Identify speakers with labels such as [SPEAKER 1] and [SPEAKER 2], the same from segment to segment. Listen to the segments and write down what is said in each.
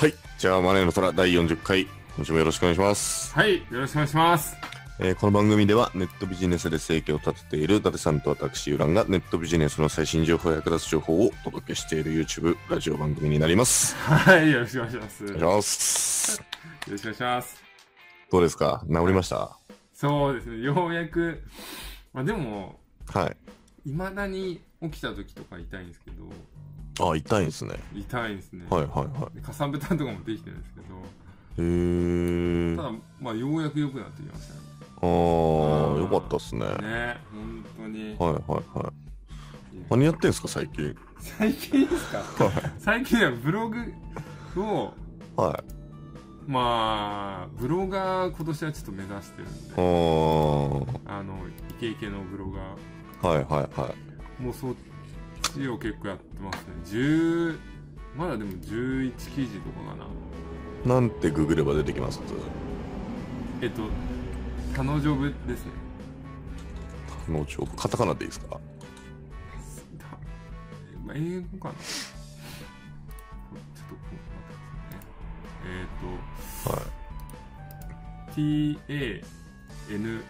[SPEAKER 1] はい。じゃあ、マネーの虎第40回、今週もよろしくお願いします。
[SPEAKER 2] はい、よろしくお願いします。
[SPEAKER 1] えーこの番組では、ネットビジネスで生計を立てている伊達さんと私、ウランが、ネットビジネスの最新情報や役立つ情報をお届けしている YouTube、ラジオ番組になります。
[SPEAKER 2] はい、よろしくお願いします。
[SPEAKER 1] お
[SPEAKER 2] よ
[SPEAKER 1] 願いします。
[SPEAKER 2] ろしくお願いします。
[SPEAKER 1] どうですか治りました
[SPEAKER 2] そうですね、ようやく、まあでも、
[SPEAKER 1] はい。
[SPEAKER 2] いまだに起きた時とか痛いんですけど、
[SPEAKER 1] あ、痛いんですね。
[SPEAKER 2] 痛いんですね。
[SPEAKER 1] はいはいは
[SPEAKER 2] でかさぶたとかもできてるんですけど、
[SPEAKER 1] い。へえ。
[SPEAKER 2] ただ、まあようやく良くなってきまし
[SPEAKER 1] あー、よかったっすね。
[SPEAKER 2] たね。ね、本当に。
[SPEAKER 1] はいはいはい。何やってんすか最近。
[SPEAKER 2] 最近ですか
[SPEAKER 1] は
[SPEAKER 2] 最近はブログを、
[SPEAKER 1] い。はい。
[SPEAKER 2] まあ、ブロガー今年はちょっと目指してるん
[SPEAKER 1] あ
[SPEAKER 2] で、
[SPEAKER 1] ー。
[SPEAKER 2] あの、イケイケのブロガー。
[SPEAKER 1] はいはいはい。
[SPEAKER 2] もうそっちを結構やってますね10まだでも11記事とかかな
[SPEAKER 1] なんてググれば出てきます
[SPEAKER 2] えっと彼女部ですね
[SPEAKER 1] のちょカタカナでいいですか
[SPEAKER 2] たまあ英語かなちょっとこう
[SPEAKER 1] は
[SPEAKER 2] 待ってくださいねえっ、と TANO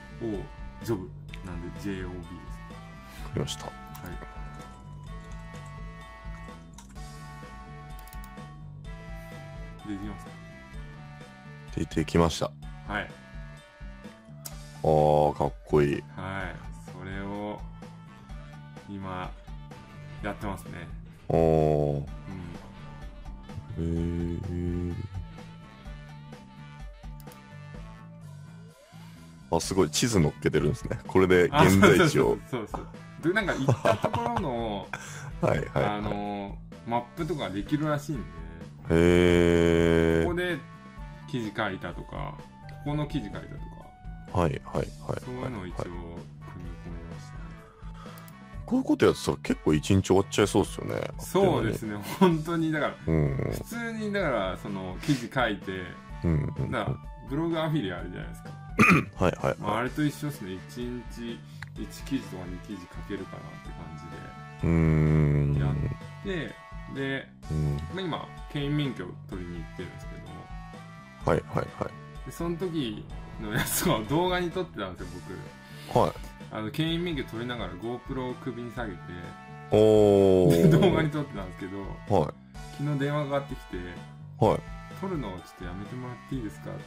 [SPEAKER 2] ジョブなんで JOB です
[SPEAKER 1] わかりました。
[SPEAKER 2] はいできます
[SPEAKER 1] 出てきました。あ
[SPEAKER 2] かはい
[SPEAKER 1] ー、かっこいい。
[SPEAKER 2] はい、それを今やってますね。
[SPEAKER 1] あー。
[SPEAKER 2] う
[SPEAKER 1] へ
[SPEAKER 2] ん、
[SPEAKER 1] ー。あ、すごい。地図乗っけてるんですね。これで
[SPEAKER 2] あ
[SPEAKER 1] 現在地を。。
[SPEAKER 2] そうそうそうそう。でなんか行ったところの
[SPEAKER 1] はい はい、
[SPEAKER 2] あ
[SPEAKER 1] は
[SPEAKER 2] のマップとかできるらしいんで、
[SPEAKER 1] い。へー
[SPEAKER 2] ここ。で記事書いたとか、ここの記事書いたとか、
[SPEAKER 1] はいはいはい。
[SPEAKER 2] そういうのを一応
[SPEAKER 1] は
[SPEAKER 2] 組み込みました。
[SPEAKER 1] こういうことやってたら結構一日終わっちゃいそうですよね。
[SPEAKER 2] そうですね、本当にだから
[SPEAKER 1] うんうん。
[SPEAKER 2] 普通にだからその記事書いて、
[SPEAKER 1] うんうん。
[SPEAKER 2] だ
[SPEAKER 1] は
[SPEAKER 2] からブログアフィリあるじゃないですか。
[SPEAKER 1] いはいはい。
[SPEAKER 2] まあ、あれと一緒ですね1日1記事とか2記事書けるかなって感
[SPEAKER 1] うーん。
[SPEAKER 2] やじででで、
[SPEAKER 1] うん
[SPEAKER 2] まあ、今県民免許取りに行ってるんですけど
[SPEAKER 1] はいはい
[SPEAKER 2] でその時のやつを動画に撮ってたんですよ
[SPEAKER 1] はい。はい。
[SPEAKER 2] 僕あの県民免許取りながら GoPro を首に下げて
[SPEAKER 1] お
[SPEAKER 2] で
[SPEAKER 1] ー。
[SPEAKER 2] 動画に撮ってたんですけど
[SPEAKER 1] は
[SPEAKER 2] 昨日電話がかかってきて
[SPEAKER 1] い。はい。
[SPEAKER 2] 撮るのをちょっとやめてもらっていいですかって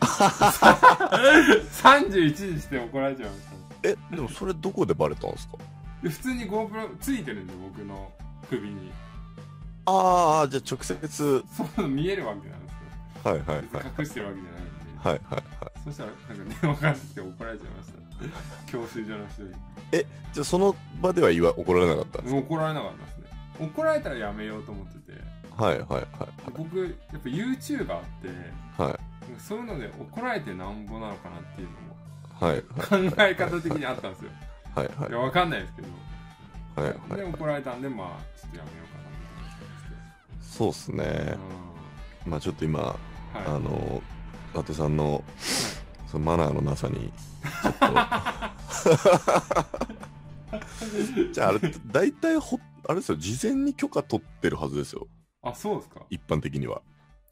[SPEAKER 2] 31にして怒られちゃいました
[SPEAKER 1] え、でもそれどこでバレたんですか
[SPEAKER 2] で普通に GoPro ついてるんで僕の首に
[SPEAKER 1] ああ、じゃあ直接。
[SPEAKER 2] そう見えるわけなんですよ
[SPEAKER 1] はいはいはい。
[SPEAKER 2] 隠してるわけじゃないんで、
[SPEAKER 1] はいはい。
[SPEAKER 2] そしたらなんか電話かかってきて怒られちゃいまし た教習所の人に
[SPEAKER 1] じゃあその場では言わ怒られなかったんです
[SPEAKER 2] もう怒られなかったですね怒られたらやめようと思ってて
[SPEAKER 1] かはいはいはい。
[SPEAKER 2] 僕やっぱ YouTuber って
[SPEAKER 1] はい
[SPEAKER 2] なんかそういうので怒られてなんぼなのかなっていうのも
[SPEAKER 1] はい
[SPEAKER 2] 考え方的にあったんですよ
[SPEAKER 1] はい
[SPEAKER 2] い
[SPEAKER 1] は
[SPEAKER 2] やわかんないですけど、
[SPEAKER 1] いはい
[SPEAKER 2] で
[SPEAKER 1] はい。
[SPEAKER 2] 怒られたんでまあちょっとやめようかなみ
[SPEAKER 1] そうっす
[SPEAKER 2] たい
[SPEAKER 1] ね
[SPEAKER 2] な。
[SPEAKER 1] まあちょっと今、
[SPEAKER 2] うん
[SPEAKER 1] あ
[SPEAKER 2] はい
[SPEAKER 1] の、伊達さんの、そのマナーのなさに、ちょ っと。じゃああれ、大体ほ、あれですよ、事前に許可取ってるはずですよ、
[SPEAKER 2] あそうですか
[SPEAKER 1] 一般的には。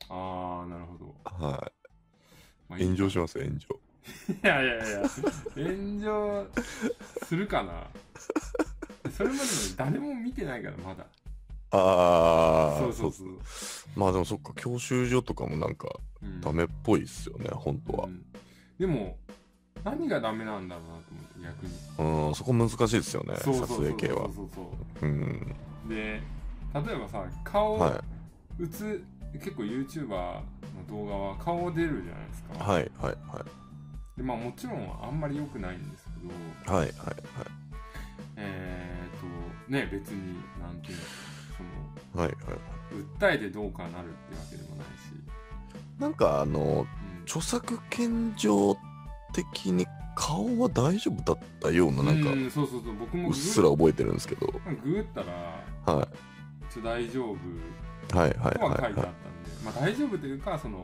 [SPEAKER 2] ああなるほど、
[SPEAKER 1] は
[SPEAKER 2] まあ
[SPEAKER 1] い。炎上しますよ、炎上。
[SPEAKER 2] いやいやいや、炎上するかな。それまでに誰も見てないから、まだ。
[SPEAKER 1] ああ、
[SPEAKER 2] そうそうそう。
[SPEAKER 1] まあでもそっか、教習所とかもなんか
[SPEAKER 2] うん
[SPEAKER 1] ダメっぽいっすよね、本当
[SPEAKER 2] うんでも、何がダメなんだろうなと思って、逆に。
[SPEAKER 1] は。うん、そこ難しいですよね、
[SPEAKER 2] そうそ
[SPEAKER 1] 撮
[SPEAKER 2] うそう
[SPEAKER 1] 影系
[SPEAKER 2] そ
[SPEAKER 1] は
[SPEAKER 2] う。そうそ
[SPEAKER 1] うん。
[SPEAKER 2] う。で、例えばさ、顔、
[SPEAKER 1] は
[SPEAKER 2] 映結構 YouTuber の動画は顔出るじゃないです
[SPEAKER 1] い、
[SPEAKER 2] か。
[SPEAKER 1] はい、はい、
[SPEAKER 2] でまあ、もちろんあんまり良くないんですけど、
[SPEAKER 1] はい、はい、はい。
[SPEAKER 2] えっ、と、ね、別に、なんていうの、その、
[SPEAKER 1] はい、はい。
[SPEAKER 2] 訴えてどうかなるってわけでもないし、
[SPEAKER 1] なんかあの、
[SPEAKER 2] うん
[SPEAKER 1] 著作権上的に顔は大丈夫だったような、なんか
[SPEAKER 2] う、んそうそうそう僕も
[SPEAKER 1] うっすら覚えてるんですけど。
[SPEAKER 2] ググったら
[SPEAKER 1] は
[SPEAKER 2] ちょっと大丈夫
[SPEAKER 1] はいはい
[SPEAKER 2] とは
[SPEAKER 1] はい
[SPEAKER 2] 書いてあったんで
[SPEAKER 1] は、
[SPEAKER 2] まあ、大丈夫というかその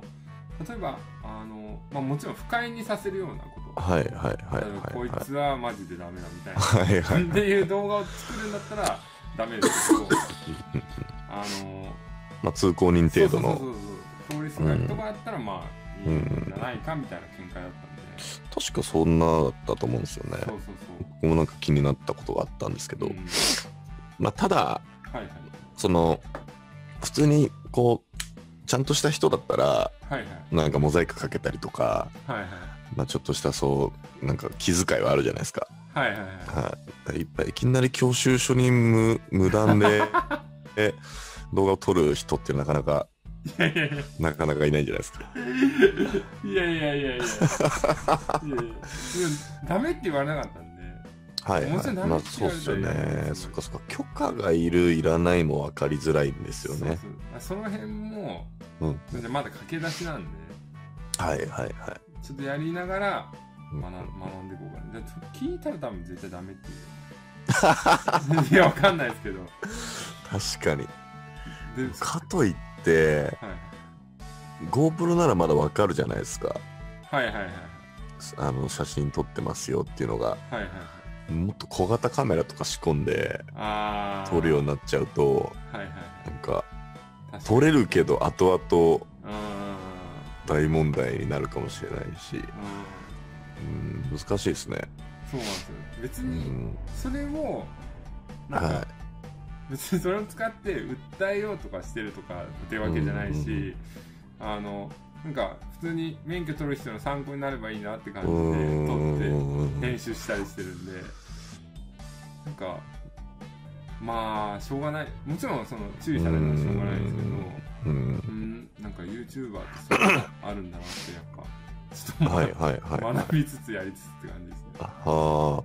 [SPEAKER 2] 例えばあの、まあ、もちろん不快にさせるようなこと、
[SPEAKER 1] いはいはいはい
[SPEAKER 2] 例えば
[SPEAKER 1] はい
[SPEAKER 2] こいつはマジでダメだみたいな
[SPEAKER 1] はいはい
[SPEAKER 2] っていう動画を作るんだったらダメで すけどあの
[SPEAKER 1] まあ通行人程度
[SPEAKER 2] そう
[SPEAKER 1] の
[SPEAKER 2] そうそうそう通りすがりとかやったらまあいいんじゃないかみたいな見解だったんで、
[SPEAKER 1] 確かそんなだったと思うんですよね
[SPEAKER 2] そうそうそう
[SPEAKER 1] 僕もなんか気になったことがあったんですけど、
[SPEAKER 2] うん
[SPEAKER 1] まあただ
[SPEAKER 2] はいはい
[SPEAKER 1] その普通にこうちゃんとした人だったら
[SPEAKER 2] はいはい
[SPEAKER 1] なんかモザイクかけたりとか、
[SPEAKER 2] はい
[SPEAKER 1] まあ、ちょっとしたそうなんか気遣いはあるじゃないですか、
[SPEAKER 2] はいはいはいはい
[SPEAKER 1] はい、いっぱいいきなり教習所に無無断 でえ動画を撮る人ってなかなか
[SPEAKER 2] いやい やいや
[SPEAKER 1] なかなかいないんじゃないですか
[SPEAKER 2] いやいやいやいやいやいやいやダメって言われなかったんで
[SPEAKER 1] はい、はい
[SPEAKER 2] もちろん何
[SPEAKER 1] まあ、
[SPEAKER 2] 日
[SPEAKER 1] そうっすよ
[SPEAKER 2] やりたい
[SPEAKER 1] ね
[SPEAKER 2] やつ
[SPEAKER 1] そっかそっか許可がいるいらないも分かりづらいんですよね
[SPEAKER 2] そうそうその辺も、
[SPEAKER 1] うん
[SPEAKER 2] でまだ駆け出しなんで
[SPEAKER 1] はいはいはい
[SPEAKER 2] ちょっとやりながら
[SPEAKER 1] うん
[SPEAKER 2] 学学んでいこうかな。で聞いたら多分絶対ダメっていう いやわかんないですけどで
[SPEAKER 1] 確かに
[SPEAKER 2] そ
[SPEAKER 1] かといって
[SPEAKER 2] はい
[SPEAKER 1] GoPro ならまだ分かるじゃないですか
[SPEAKER 2] はいはいはい
[SPEAKER 1] あの写真撮ってますよっていうのが
[SPEAKER 2] はいはいはい
[SPEAKER 1] もっと小型カメラとか仕込んで
[SPEAKER 2] ああ
[SPEAKER 1] 撮るよう
[SPEAKER 2] な
[SPEAKER 1] になっちゃうと
[SPEAKER 2] はいはい
[SPEAKER 1] なんか
[SPEAKER 2] はい
[SPEAKER 1] 撮れるけど後々
[SPEAKER 2] 確かに
[SPEAKER 1] 大問題になるかもしれないし
[SPEAKER 2] うんうんうん
[SPEAKER 1] うん難しいですね
[SPEAKER 2] そうなんですよ別
[SPEAKER 1] う
[SPEAKER 2] に
[SPEAKER 1] ん
[SPEAKER 2] それをなんか、
[SPEAKER 1] は
[SPEAKER 2] 別にそれを使って訴えようとかしてるとかってわけじゃないし、
[SPEAKER 1] うんうんうん
[SPEAKER 2] あのなんか普通に免許取る人の参考になればいいなって感
[SPEAKER 1] いう
[SPEAKER 2] じで撮って
[SPEAKER 1] ん
[SPEAKER 2] 編集したりしてるんでなんかまあしょうがないもちろんその注意されるのはしょうがないですけど
[SPEAKER 1] うん
[SPEAKER 2] うんなんか YouTuber ってそういうのがあるんだなってやっぱちょっとま、
[SPEAKER 1] はいはいはいはい
[SPEAKER 2] 学びつつやりつつって感じですね
[SPEAKER 1] ああでも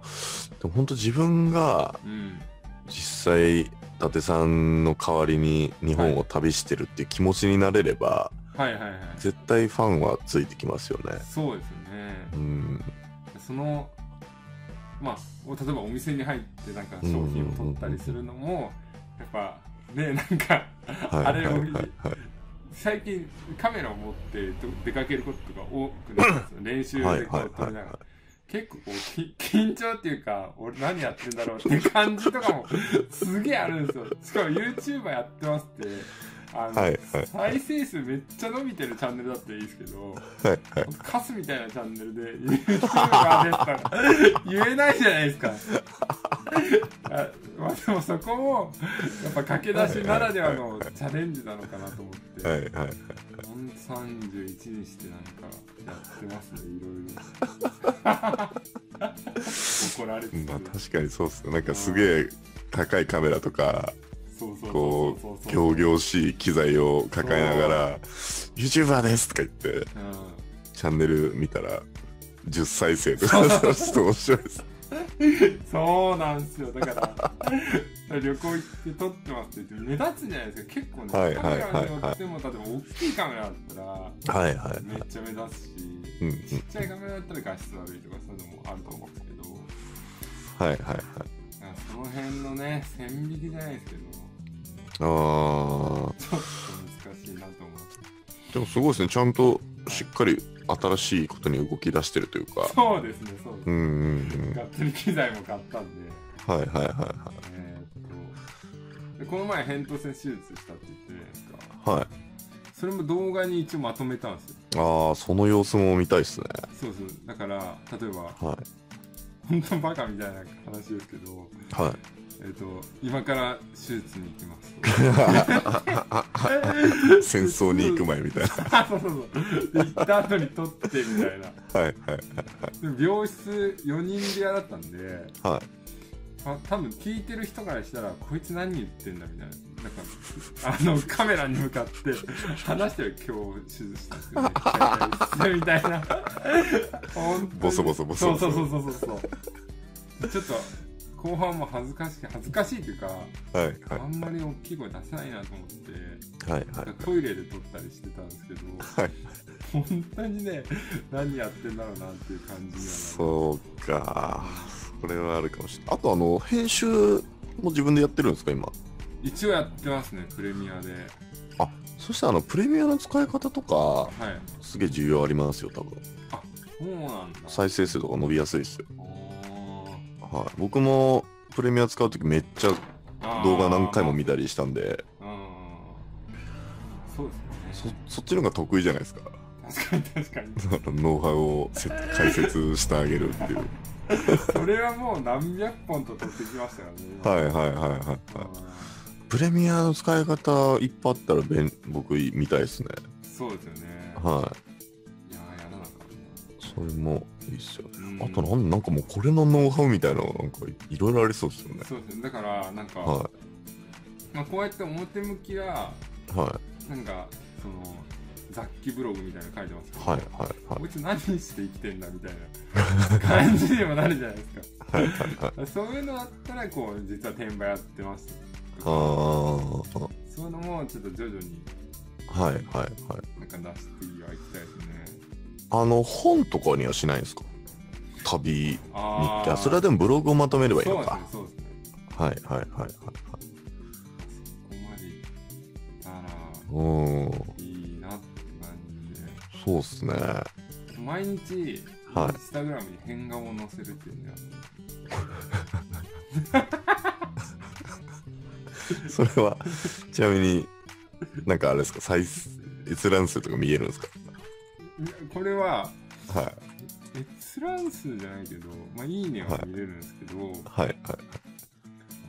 [SPEAKER 1] 本当自分が
[SPEAKER 2] うん
[SPEAKER 1] 実際伊達さんの代わりに日本を旅してるっていう気持ちになれれば、
[SPEAKER 2] はいはいはい
[SPEAKER 1] 絶対ファンはついてきますよね
[SPEAKER 2] そうですよね
[SPEAKER 1] うん
[SPEAKER 2] そのまあお例えばお店に入ってなんか商品を取ったりするのもやっぱねなんか
[SPEAKER 1] はい
[SPEAKER 2] あれを
[SPEAKER 1] はいはいはい
[SPEAKER 2] 最近カメラを持ってど出かけることが多くなったんですよ練
[SPEAKER 1] は
[SPEAKER 2] 習
[SPEAKER 1] い
[SPEAKER 2] でこ
[SPEAKER 1] は
[SPEAKER 2] う撮り
[SPEAKER 1] い
[SPEAKER 2] な
[SPEAKER 1] は
[SPEAKER 2] が
[SPEAKER 1] い
[SPEAKER 2] ら結構こうき緊張っていうか俺何やってんだろうっていう感じとかもすげえあるんですよしかも YouTuber やってますってあの、
[SPEAKER 1] はいはい
[SPEAKER 2] 再生数めっちゃ伸びてるチャンネルだったらいいですけど
[SPEAKER 1] はいはい
[SPEAKER 2] カスみたいなチャンネルで YouTuber ですとか言えないじゃないですかあまあでもそこもやっぱ駆け出しならではのチャレンジなのかなと思って。
[SPEAKER 1] はいはいはい
[SPEAKER 2] 31にしてなんかやってますねいろい ろ怒られて
[SPEAKER 1] まあ
[SPEAKER 2] る
[SPEAKER 1] 確かにそうっすねなんかすげえ高いカメラとか
[SPEAKER 2] そうそう
[SPEAKER 1] こ
[SPEAKER 2] そう
[SPEAKER 1] う
[SPEAKER 2] そうそう
[SPEAKER 1] 仰々しい機材を抱えながら「YouTuber です」とか言ってチャンネル見たら10再生とかちょっと面白いです
[SPEAKER 2] うんそうなんですよだから 旅行行って撮ってますって言って目立つじゃないですか結構ね、
[SPEAKER 1] はいはいはいはい
[SPEAKER 2] カメラによっても例えば大きいカメラだったら
[SPEAKER 1] はいはいはい
[SPEAKER 2] めっちゃ目立つし、
[SPEAKER 1] うんうん
[SPEAKER 2] ちっちゃいカメラだったら画質悪いとかそういうのもあると思うんですけど
[SPEAKER 1] はいはいはい
[SPEAKER 2] なんかその辺のね線引きじゃないですけど
[SPEAKER 1] あー
[SPEAKER 2] ちょっと難しいなと思って。
[SPEAKER 1] でもすごいですねちゃんとしっかり新しいことに動き出してるというか
[SPEAKER 2] そうですね、そうです
[SPEAKER 1] うん
[SPEAKER 2] ね。
[SPEAKER 1] うんうん
[SPEAKER 2] がっつり機材も買ったんで、
[SPEAKER 1] はいはいはいはい
[SPEAKER 2] えー、っとで、この前、扁桃腺手術したって言ってるじゃないですか。
[SPEAKER 1] はい
[SPEAKER 2] それも動画に一応まとめたんですよ。
[SPEAKER 1] ああその様子も見たいっすね
[SPEAKER 2] そうそう。だから、例えば、
[SPEAKER 1] は
[SPEAKER 2] 本当バカみたいな話ですけど、
[SPEAKER 1] い はい
[SPEAKER 2] えーっ、と、今から手術に行きます と。
[SPEAKER 1] 戦争に行く前みたいな。
[SPEAKER 2] そうそうそう。で行った後に撮ってみたいな。
[SPEAKER 1] はいはい
[SPEAKER 2] で病室4人部屋だったんで、
[SPEAKER 1] は
[SPEAKER 2] あ多分聞いてる人からしたらこいつ何言ってんだみたいななんかあのカメラに向かって話してる今日手術したんですけど、ね、みたいな本当に
[SPEAKER 1] ボソボソボソボソ
[SPEAKER 2] そうそうそうそうそうそうちょっと後半も恥ずかしい恥ずかしいというか、
[SPEAKER 1] いはいはい
[SPEAKER 2] あんまり大きい声出せないなと思って
[SPEAKER 1] はいはい
[SPEAKER 2] トイレで撮ったりしてたんですけど
[SPEAKER 1] はい。
[SPEAKER 2] 本当にね何やってんだろうなっていう感じにはなる
[SPEAKER 1] そうか。それはあるかもしれない。あとあの編集も自分でやってるんですか今。
[SPEAKER 2] 一応やってますねプレミアで
[SPEAKER 1] そしてあのプレミアの使い方とか
[SPEAKER 2] はい
[SPEAKER 1] すげえ重要ありますよ多分
[SPEAKER 2] そうなんだ
[SPEAKER 1] 再生数とか伸びやすいですよ、
[SPEAKER 2] おー
[SPEAKER 1] はい、僕もプレミア使う時めっちゃ
[SPEAKER 2] あー
[SPEAKER 1] 動画何回も見たりしたんで
[SPEAKER 2] うんそうです
[SPEAKER 1] そ
[SPEAKER 2] よね
[SPEAKER 1] そっちの方が得意じゃないですか
[SPEAKER 2] 確かに確かに
[SPEAKER 1] ノウハウをせ解説してあげるっていう
[SPEAKER 2] それはもう何百本と撮ってきましたから
[SPEAKER 1] は
[SPEAKER 2] ね
[SPEAKER 1] いはいはいはい、はい、
[SPEAKER 2] い
[SPEAKER 1] プレミアの使い方いっぱいあったら便僕見たいですね
[SPEAKER 2] そうですよね
[SPEAKER 1] はい
[SPEAKER 2] いやーやらなかった
[SPEAKER 1] それもいいっすよね
[SPEAKER 2] うん
[SPEAKER 1] あとなんなんかもうこれのノウハウみたいなのなんかいいろいろありそうですよね
[SPEAKER 2] そうですねだからなんか、
[SPEAKER 1] は
[SPEAKER 2] まあ、こうやって表向きは
[SPEAKER 1] はいは
[SPEAKER 2] なんかその雑記ブログみたいなの書いてますけど、
[SPEAKER 1] いはいはい
[SPEAKER 2] こいつ何して生きてんだみたいな感じにもなるじゃないですか
[SPEAKER 1] はいはいはい
[SPEAKER 2] そういうのあったらこう実は転売やってますと
[SPEAKER 1] あ
[SPEAKER 2] か
[SPEAKER 1] ー
[SPEAKER 2] そういうのもちょっと徐々に
[SPEAKER 1] はいはいはい
[SPEAKER 2] なんか出してはいきたいですね
[SPEAKER 1] あの本とかにはしないんですか旅
[SPEAKER 2] あ
[SPEAKER 1] 日記
[SPEAKER 2] あ
[SPEAKER 1] あそれはでもブログをまとめればいい
[SPEAKER 2] そう
[SPEAKER 1] の
[SPEAKER 2] です
[SPEAKER 1] か
[SPEAKER 2] ねそうですね
[SPEAKER 1] はいはいはいはいはい
[SPEAKER 2] ここまでいったら
[SPEAKER 1] うーん
[SPEAKER 2] いいなって感じで
[SPEAKER 1] そうっすね
[SPEAKER 2] 毎日イン
[SPEAKER 1] はい
[SPEAKER 2] スタグラムに変顔を載せるっていうのは
[SPEAKER 1] それはちなみになんかあれですか再生閲覧数とか見えるんですか
[SPEAKER 2] いやこれは
[SPEAKER 1] はい
[SPEAKER 2] 閲覧数じゃないけど、まあ、いいねは見れるんですけど、
[SPEAKER 1] はいはい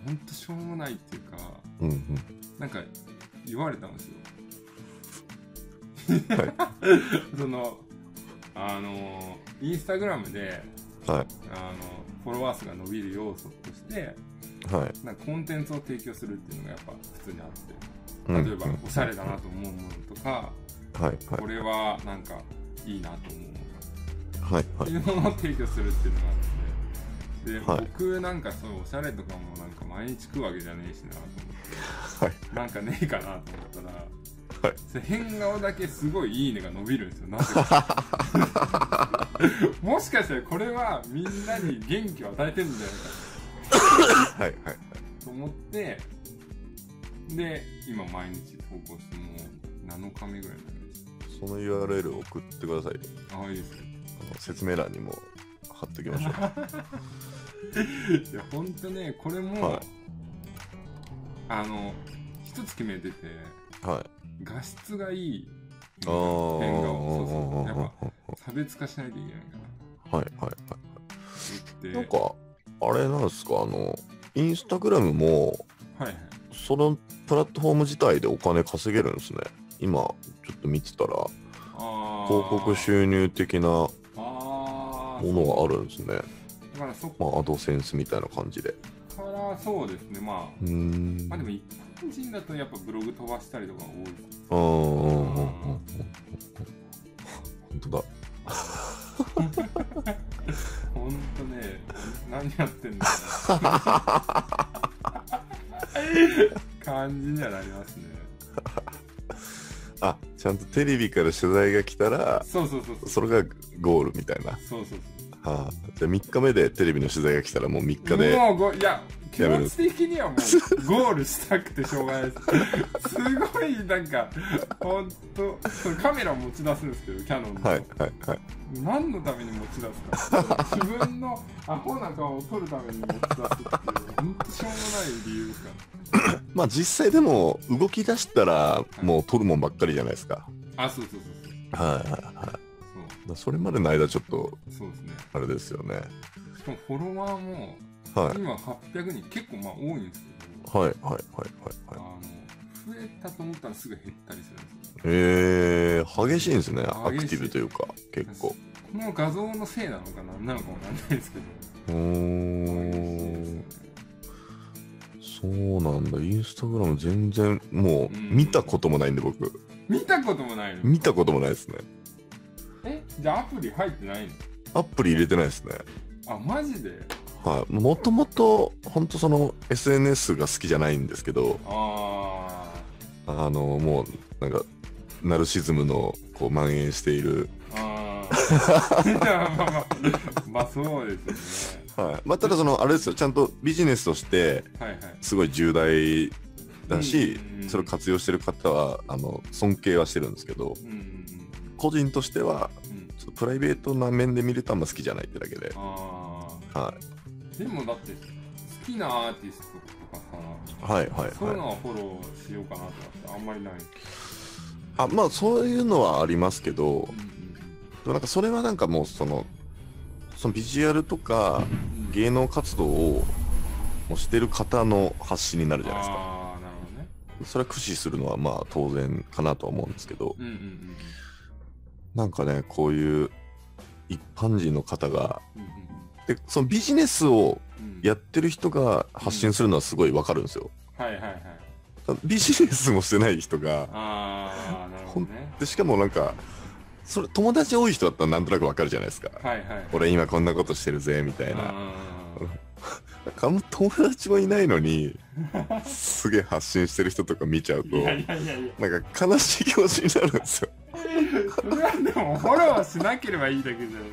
[SPEAKER 2] ほんとしょうもないっていうか
[SPEAKER 1] うんうん
[SPEAKER 2] なんか言われたんですよ
[SPEAKER 1] は
[SPEAKER 2] そのあのインスタグラムで
[SPEAKER 1] いは
[SPEAKER 2] あのフォロワー数が伸びる要素として
[SPEAKER 1] いはい
[SPEAKER 2] なんかコンテンツを提供するっていうのがやっぱ普通にあって
[SPEAKER 1] うんうん
[SPEAKER 2] 例えばおしゃれだなと思うものとか、
[SPEAKER 1] はい
[SPEAKER 2] こ
[SPEAKER 1] はい
[SPEAKER 2] れはなんかいいなと思うものとか
[SPEAKER 1] はい
[SPEAKER 2] っ
[SPEAKER 1] は
[SPEAKER 2] て
[SPEAKER 1] い
[SPEAKER 2] いうものを提供するっていうのがあってで、
[SPEAKER 1] はい
[SPEAKER 2] 僕なんかそういうおしゃれとかもなんか毎日食うわけじゃねえしなと思って、
[SPEAKER 1] はい
[SPEAKER 2] なんかねえかなと思ったら、
[SPEAKER 1] はい
[SPEAKER 2] それ変顔だけすごいいいねが伸びるんですよなぜかもしかしたらこれはみんなに元気を与えてるんじゃない
[SPEAKER 1] は
[SPEAKER 2] か
[SPEAKER 1] いはい
[SPEAKER 2] と思ってで今毎日投稿してもう7日目ぐらいになりまし
[SPEAKER 1] その URL を送ってくださいよ
[SPEAKER 2] たああいいですね
[SPEAKER 1] あの説明欄にも貼っときましょう
[SPEAKER 2] いやほんとねこれも、
[SPEAKER 1] はい
[SPEAKER 2] あの一つ決めてて
[SPEAKER 1] はい
[SPEAKER 2] 画質がいい
[SPEAKER 1] ああ
[SPEAKER 2] 変顔そうそうやっぱ
[SPEAKER 1] は
[SPEAKER 2] 差別化しないといけないかな
[SPEAKER 1] は
[SPEAKER 2] い
[SPEAKER 1] いは
[SPEAKER 2] って
[SPEAKER 1] い
[SPEAKER 2] 言
[SPEAKER 1] な
[SPEAKER 2] っ
[SPEAKER 1] ん
[SPEAKER 2] て
[SPEAKER 1] かあれなんですかあのインスタグラムも
[SPEAKER 2] はいはい
[SPEAKER 1] そのプラットフォーム自体でお金稼げるんですね今ちょっと見てたら
[SPEAKER 2] あー
[SPEAKER 1] 広告収入的なも
[SPEAKER 2] あー
[SPEAKER 1] のがあるんですね
[SPEAKER 2] だからそこ
[SPEAKER 1] まあアドセンスみたいな感じで
[SPEAKER 2] からそうですねま
[SPEAKER 1] う
[SPEAKER 2] あ
[SPEAKER 1] ーん
[SPEAKER 2] まあでも一般人だとやっぱブログ飛ばしたりとか多い
[SPEAKER 1] あーうんうんうんうんうん本当だ
[SPEAKER 2] ほんとね、何やってんだろ う感じにはなりますね。
[SPEAKER 1] あちゃんとテレビから取材が来たら
[SPEAKER 2] そうそうそうそう。
[SPEAKER 1] それがゴールみたいな、
[SPEAKER 2] そうそう
[SPEAKER 1] はあ、じゃあ3日目でテレビの取材が来たらもう3日
[SPEAKER 2] そう。
[SPEAKER 1] で
[SPEAKER 2] もうご、いや、気持ち的にはもう、ゴールしたくてしょうがな いです。すごい、なんか、ほんと、そのカメラを持ち出すんですけど、キャノンの。
[SPEAKER 1] はいはいはい
[SPEAKER 2] 何のために持ち出すか。自分のアホな顔を撮るために持ち出すっていう、ほんとしょうもない理由ですから。
[SPEAKER 1] まあ実際でも動き出したら
[SPEAKER 2] い
[SPEAKER 1] もう撮るもんばっかりじゃないですか
[SPEAKER 2] あ、そうそうそうそう。
[SPEAKER 1] はいはいはいだか
[SPEAKER 2] そう
[SPEAKER 1] らそれまでの間ちょっと
[SPEAKER 2] そうですね。
[SPEAKER 1] あれですよね
[SPEAKER 2] しかもフォロワーも
[SPEAKER 1] はい
[SPEAKER 2] 今800人結構まあ多いんですけど、
[SPEAKER 1] はいはいはいはい
[SPEAKER 2] あ
[SPEAKER 1] はい
[SPEAKER 2] の増えたと思ったらすぐ減ったりするんですよ
[SPEAKER 1] えー、激しいんですねアク
[SPEAKER 2] 激しい
[SPEAKER 1] ティブというか結構
[SPEAKER 2] この画像のせいなのか何なのかもなんないですけど
[SPEAKER 1] うーんそうなんだインスタグラム全然もう
[SPEAKER 2] うん
[SPEAKER 1] 見たこともないんで僕
[SPEAKER 2] 見たこともないの
[SPEAKER 1] 見たこともないですね
[SPEAKER 2] えじゃあアプリ入ってないの
[SPEAKER 1] アプリ入れてないですね
[SPEAKER 2] あマジで
[SPEAKER 1] はいもともと本当その SNS が好きじゃないんですけど
[SPEAKER 2] あ
[SPEAKER 1] あのもうなんかナルシズムのこう蔓延している、
[SPEAKER 2] ーあーいやまあまあ まあそうですよね
[SPEAKER 1] はいまあ、ただそのあれですよちゃんとビジネスとして
[SPEAKER 2] はいはい
[SPEAKER 1] すごい重大だし、
[SPEAKER 2] うん
[SPEAKER 1] それを活用してる方はあの尊敬はしてるんですけど
[SPEAKER 2] うんうん
[SPEAKER 1] 個人としては
[SPEAKER 2] うんうん
[SPEAKER 1] ちょっとプライベートな面で見るとあんま好きじゃないってだけで、
[SPEAKER 2] あ
[SPEAKER 1] は
[SPEAKER 2] ーでもだって好きなアーティストとかさ
[SPEAKER 1] い、はいはい
[SPEAKER 2] そう
[SPEAKER 1] は
[SPEAKER 2] いう
[SPEAKER 1] い
[SPEAKER 2] のはフォローしようかなとかってあんまりない、
[SPEAKER 1] あまあそういうのはありますけど
[SPEAKER 2] うんうん
[SPEAKER 1] でもなんかそれはなんかもうそのそのビジュアルとか
[SPEAKER 2] うん
[SPEAKER 1] 芸能活動をしてる方の発信になるじゃないですか
[SPEAKER 2] ああなるほどね
[SPEAKER 1] それは駆使するのはまあ当然かなとは思うんですけど
[SPEAKER 2] うんうん
[SPEAKER 1] なんかねこういう一般人の方が
[SPEAKER 2] うんうん
[SPEAKER 1] でそのビジネスを
[SPEAKER 2] うんうん
[SPEAKER 1] やってる人が発信するのはすごいわかるんですよ
[SPEAKER 2] はいはいはい
[SPEAKER 1] ビジネスもしてない人が
[SPEAKER 2] ああなるほどね
[SPEAKER 1] でしかもなんかそれ友達多い人だったらなんとなくわかるじゃないですか
[SPEAKER 2] はいはい
[SPEAKER 1] 俺今こんなことしてるぜみたいな
[SPEAKER 2] あ
[SPEAKER 1] なんかあんま友達もいないのにすげえ発信してる人とか見ちゃう
[SPEAKER 2] ー
[SPEAKER 1] と
[SPEAKER 2] いやいやいやいや
[SPEAKER 1] なんか悲しい気持ちになるんですよ
[SPEAKER 2] それはでもフォローはしなければいいだけじゃない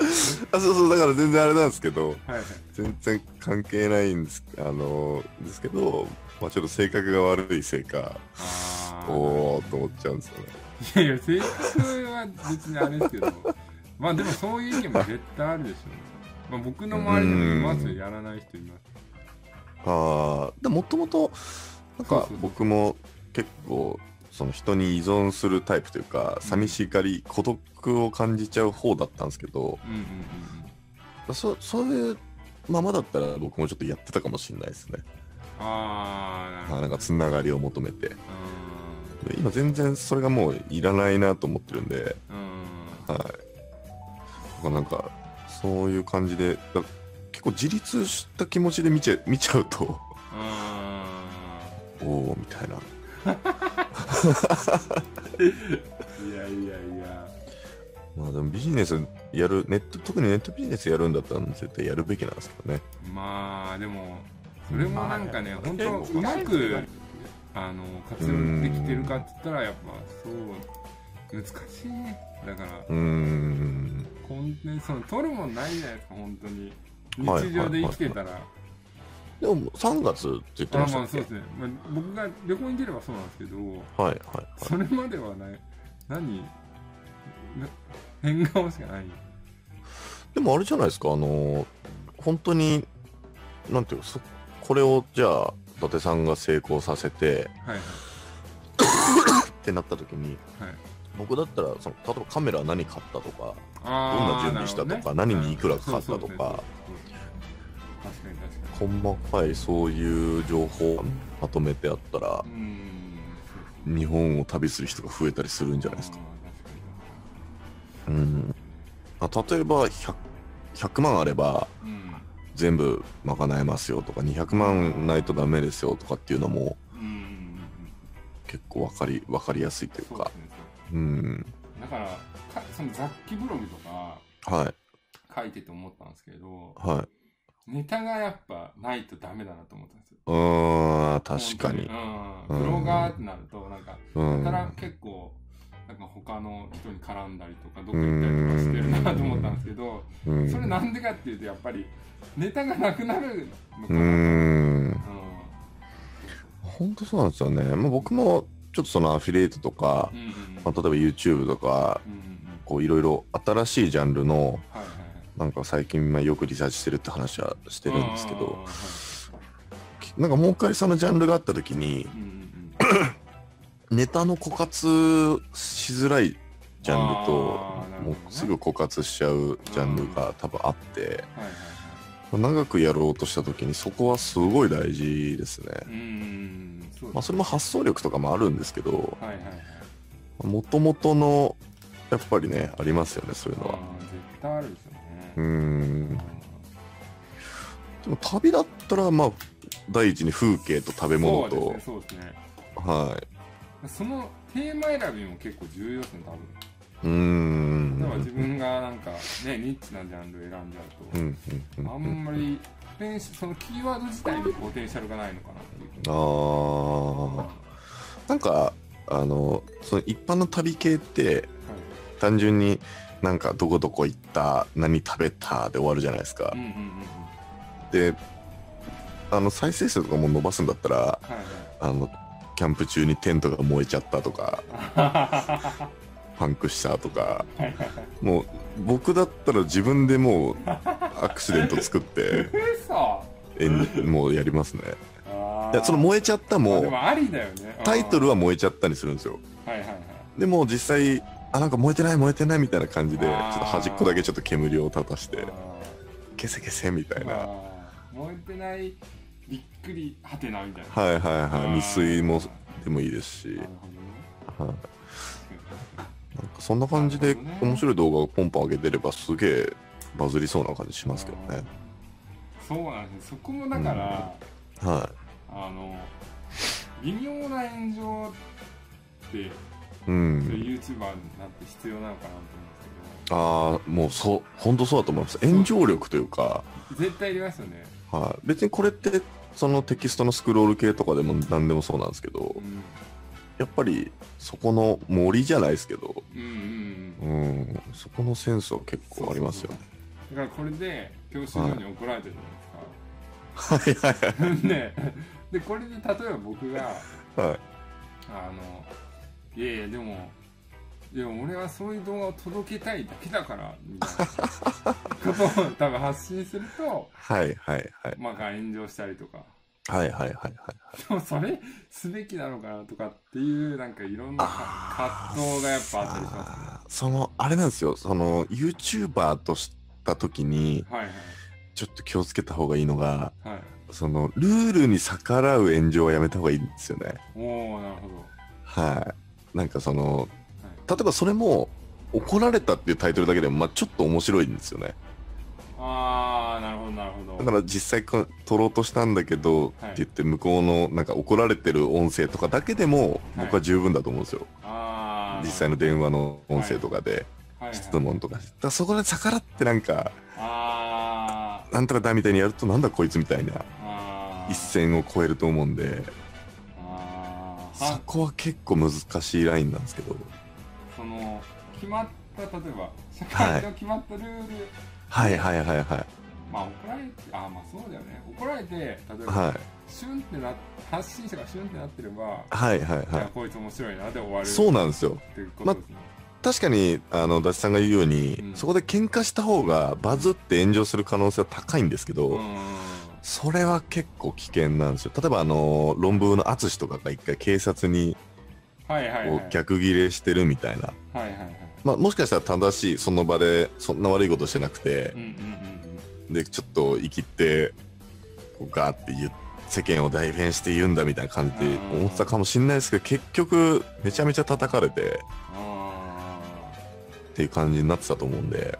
[SPEAKER 1] あそうそうだから全然あれなんですけど
[SPEAKER 2] はいはい
[SPEAKER 1] 全然関係ないんですあのですけど、まあ、ちょっと性格が悪いせいか
[SPEAKER 2] あー
[SPEAKER 1] おおと思っちゃうんですよね
[SPEAKER 2] いやいや性格は別にあれですけど まあでもそういう意見も絶対あるでしょう、まあ、僕の周りでもいますよ
[SPEAKER 1] うん
[SPEAKER 2] やらない人います
[SPEAKER 1] ああもともとなん
[SPEAKER 2] そう
[SPEAKER 1] か
[SPEAKER 2] そう
[SPEAKER 1] 僕も結構その人に依存するタイプというか寂しがり孤独を感じちゃう方だったんですけど
[SPEAKER 2] うんうん
[SPEAKER 1] そそういうままだったら僕もちょっとやってたかもしれないですね
[SPEAKER 2] ああ
[SPEAKER 1] あーなんかつながりを求めて
[SPEAKER 2] う
[SPEAKER 1] で今全然それがもういらないなと思ってるんで
[SPEAKER 2] んうん
[SPEAKER 1] だからなんかそういう感じでだ結構自立した気持ちで見ちゃ見ちゃうと おおみたいな
[SPEAKER 2] うんいやいやいや
[SPEAKER 1] まあでもビジネスやるネット特にネットビジネスやるんだったら絶対やるべきなんですけどね
[SPEAKER 2] まあでもそれもなんかね
[SPEAKER 1] まあ
[SPEAKER 2] 本当うまくあの活用できてるかって言ったらやっぱそう難しいねだから
[SPEAKER 1] うーん
[SPEAKER 2] コンテンツその取るもんないじゃないですか本当に
[SPEAKER 1] はい
[SPEAKER 2] 日常で生きてたら、
[SPEAKER 1] でも3月って言って
[SPEAKER 2] あ
[SPEAKER 1] まし
[SPEAKER 2] ま
[SPEAKER 1] た
[SPEAKER 2] あ
[SPEAKER 1] っ
[SPEAKER 2] そう
[SPEAKER 1] け
[SPEAKER 2] ですね、まあ、僕が旅行に出ればそうなんですけど
[SPEAKER 1] はいはいはい
[SPEAKER 2] それまではね何な変顔しかない
[SPEAKER 1] でもあれじゃないですかあのー本当になんていうかそこれをじゃあ伊達さんが成功させて
[SPEAKER 2] はいはい
[SPEAKER 1] ってなった時に
[SPEAKER 2] はい
[SPEAKER 1] 僕だったらその例えばカメラ何買ったとかどんな
[SPEAKER 2] あー
[SPEAKER 1] 準備したとか
[SPEAKER 2] なるほど
[SPEAKER 1] 何にいくらかかったとか
[SPEAKER 2] そうそうそうそう確かに確か
[SPEAKER 1] 細かいそういう情報をまとめてあったら
[SPEAKER 2] にうーん
[SPEAKER 1] 日本を旅する人が増えたりするんじゃないですか
[SPEAKER 2] か
[SPEAKER 1] うん、あ例えば 100, 100万あれば
[SPEAKER 2] うん
[SPEAKER 1] 全部賄えますよとか200万ないとダメですよとかっていうのも
[SPEAKER 2] うんうん
[SPEAKER 1] 結構分かり分かりやすいという
[SPEAKER 2] そう
[SPEAKER 1] か
[SPEAKER 2] ですねそう
[SPEAKER 1] うん
[SPEAKER 2] だからかその雑記ブログとか
[SPEAKER 1] はい
[SPEAKER 2] 書いてて思ったんですけど
[SPEAKER 1] はい
[SPEAKER 2] ネタがやっぱないとダメだなと思ったんですよ
[SPEAKER 1] うーん確かに
[SPEAKER 2] 本当
[SPEAKER 1] うん
[SPEAKER 2] にうんブロガーってなるとなんか
[SPEAKER 1] うん
[SPEAKER 2] たら結構なんか他の人に絡んだりとかどっか行ったりとかしてるなと思ったんですけど
[SPEAKER 1] う
[SPEAKER 2] それ
[SPEAKER 1] ん
[SPEAKER 2] なんでかっていうとやっぱりネタがなくなるのか
[SPEAKER 1] う
[SPEAKER 2] なうん
[SPEAKER 1] ん本当そうなんですよね、まあ、僕もちょっとそのアフィリエイトとか
[SPEAKER 2] う、んうんうん
[SPEAKER 1] まあ、例えば YouTube とか
[SPEAKER 2] うんうん
[SPEAKER 1] こういろいろ新しいジャンルの
[SPEAKER 2] はいはいはい
[SPEAKER 1] なんか最近まあよくリサーチしてるって話はしてるんですけ
[SPEAKER 2] う
[SPEAKER 1] ど
[SPEAKER 2] んはい
[SPEAKER 1] なんかもう一回そのジャンルがあった時に
[SPEAKER 2] うんうん
[SPEAKER 1] ネタの枯渇しづらいジャンルと
[SPEAKER 2] あーなるほ
[SPEAKER 1] も
[SPEAKER 2] どね
[SPEAKER 1] うすぐ枯渇しちゃうジャンルが多分あって
[SPEAKER 2] はいはいは
[SPEAKER 1] 長くやろうとした時にそこはすごい大事ですね
[SPEAKER 2] い。うんそう
[SPEAKER 1] ま
[SPEAKER 2] で
[SPEAKER 1] あ、
[SPEAKER 2] す
[SPEAKER 1] それも発想力とかもあるんですけど
[SPEAKER 2] はいはいはい
[SPEAKER 1] もともとのやっぱりねありますよねそういうのは
[SPEAKER 2] うん絶対あるですよ
[SPEAKER 1] うー
[SPEAKER 2] ね
[SPEAKER 1] んでも旅だったらまあ第一に風景と食べ
[SPEAKER 2] そ
[SPEAKER 1] 物
[SPEAKER 2] うです
[SPEAKER 1] と
[SPEAKER 2] ねそうですね
[SPEAKER 1] はい
[SPEAKER 2] そのテーマ選びも結構重要ですね多分
[SPEAKER 1] うーん
[SPEAKER 2] だから自分がなんかねニッチなジャンル選んじゃう
[SPEAKER 1] う
[SPEAKER 2] と、
[SPEAKER 1] んうんうん
[SPEAKER 2] あ
[SPEAKER 1] うん
[SPEAKER 2] んまりポテンシそのキーワード自体にポテンシャルがないのかなっていう
[SPEAKER 1] あーなんかあのその一般の旅系って
[SPEAKER 2] は
[SPEAKER 1] 単純になんかどこどこ行った何食べたで終わるじゃないですか
[SPEAKER 2] い、うんうんうんうん
[SPEAKER 1] であの再生数とかも伸ばすんだったら
[SPEAKER 2] はいはい
[SPEAKER 1] あのキャンプ中にテントが燃えちゃったとかパンクしたとかもう僕だったら自分でもうアクシデント作 って
[SPEAKER 2] 嘘
[SPEAKER 1] えんもうやりますね
[SPEAKER 2] あ
[SPEAKER 1] いやその
[SPEAKER 2] も
[SPEAKER 1] 燃えちゃった
[SPEAKER 2] うで
[SPEAKER 1] も
[SPEAKER 2] もありだよね
[SPEAKER 1] タイト
[SPEAKER 2] ル
[SPEAKER 1] ルは燃えちゃったにするんですよ
[SPEAKER 2] はいはいはい
[SPEAKER 1] でも実際あなんか燃えてない燃えてないみたいな感じでちょっと端っこだけちょっと煙を立たして消せ消せみたい
[SPEAKER 2] あー
[SPEAKER 1] な
[SPEAKER 2] あー燃えてないびっくりはてなみたいな
[SPEAKER 1] はいはいは
[SPEAKER 2] あー
[SPEAKER 1] い未遂もでもいいですし
[SPEAKER 2] なる、ほどね
[SPEAKER 1] はい、なんかそんな感じで面白い動画をポンポン上げてればすげえバズりそうな感じしますけどね
[SPEAKER 2] そうなんですよそこもだから、
[SPEAKER 1] は
[SPEAKER 2] あの微妙な炎上って
[SPEAKER 1] い、う
[SPEAKER 2] そうい
[SPEAKER 1] ん、
[SPEAKER 2] う YouTuber なんて必要なのかなと思
[SPEAKER 1] ああもうそう本当そうだと思います炎上力というか、
[SPEAKER 2] うんですけど絶対いりますよね、
[SPEAKER 1] はい、別にこれってそのテキストのスクロール系とかでも何でもそうなんですけど
[SPEAKER 2] うん、
[SPEAKER 1] やっぱりそこの森じゃないですけど、
[SPEAKER 2] うんうんうん
[SPEAKER 1] うん、そこのセンスは結構ありますよね
[SPEAKER 2] だからこれで教習所に怒られてるじ
[SPEAKER 1] はいはい
[SPEAKER 2] ゃないですか、 ねでこれで例えば僕が
[SPEAKER 1] はいはい
[SPEAKER 2] あのいやいやでもいや俺はそういう動画を届けたいだけだからみたいなことを多分発信すると
[SPEAKER 1] はいはいはい
[SPEAKER 2] まあ炎上したりとか
[SPEAKER 1] はいはいはいはい
[SPEAKER 2] でもそれすべきなのかなとかっていうなんかいろんなか
[SPEAKER 1] あー
[SPEAKER 2] 葛藤がやっぱあったりします
[SPEAKER 1] あーそのあれなんですよその YouTuber とした時に
[SPEAKER 2] はいはい
[SPEAKER 1] ちょっと気をつけた方がいいのが
[SPEAKER 2] はい
[SPEAKER 1] そのルールに逆らう炎上はやめた方がいいんですよね
[SPEAKER 2] おおなるほど
[SPEAKER 1] はいなんかその例えばそれも怒られたっていうタイトルだけでも、まあ、ちょっと面白いんですよね
[SPEAKER 2] ああなるほどなるほど
[SPEAKER 1] だから実際こう撮ろうとしたんだけどって
[SPEAKER 2] はい
[SPEAKER 1] 言って向こうのなんか怒られてる音声とかだけでも
[SPEAKER 2] はい
[SPEAKER 1] 僕は十分だと思うんですよ、
[SPEAKER 2] ああ
[SPEAKER 1] 実際の電話の音声とかで
[SPEAKER 2] はいはい
[SPEAKER 1] 質問とか、だからそこで逆らってなんか
[SPEAKER 2] あー
[SPEAKER 1] なんとかだみたいにやるとなんだこいつみたいな
[SPEAKER 2] あー
[SPEAKER 1] 一線を超えると思うんで
[SPEAKER 2] あー
[SPEAKER 1] そ
[SPEAKER 2] は
[SPEAKER 1] こは結構難しいラインなんですけど
[SPEAKER 2] その決まった例えば社会の決まったルール、
[SPEAKER 1] はいはいはいはい
[SPEAKER 2] まあ怒られてああまあそうだよね怒られて例えば、
[SPEAKER 1] はい
[SPEAKER 2] シュンってな発信者がシュンってなってれば、
[SPEAKER 1] はいはい
[SPEAKER 2] いや
[SPEAKER 1] は
[SPEAKER 2] こいつ面白いなで終わる
[SPEAKER 1] いそうなんですよ
[SPEAKER 2] っていうことですね、
[SPEAKER 1] 確かにあのダチさんが言うように、
[SPEAKER 2] うん
[SPEAKER 1] そこで喧嘩した方がバズって炎上する可能性は高いんですけど、
[SPEAKER 2] うーん
[SPEAKER 1] それは結構危険なんですよ例えばあの論文の淳とかが一回警察に
[SPEAKER 2] はいはいはい
[SPEAKER 1] こう逆ギレしてるみたいな、
[SPEAKER 2] はいはいはい
[SPEAKER 1] まあ、もしかしたら正しいその場でそんな悪いことしてなくて
[SPEAKER 2] うんうんうん
[SPEAKER 1] でちょっと生きってこうガーって言う世間を代弁して言うんだみたいな感じで思ってたかもしれないですけど結局めちゃめちゃ叩かれて
[SPEAKER 2] あ
[SPEAKER 1] っていう感じになってたと思うんで、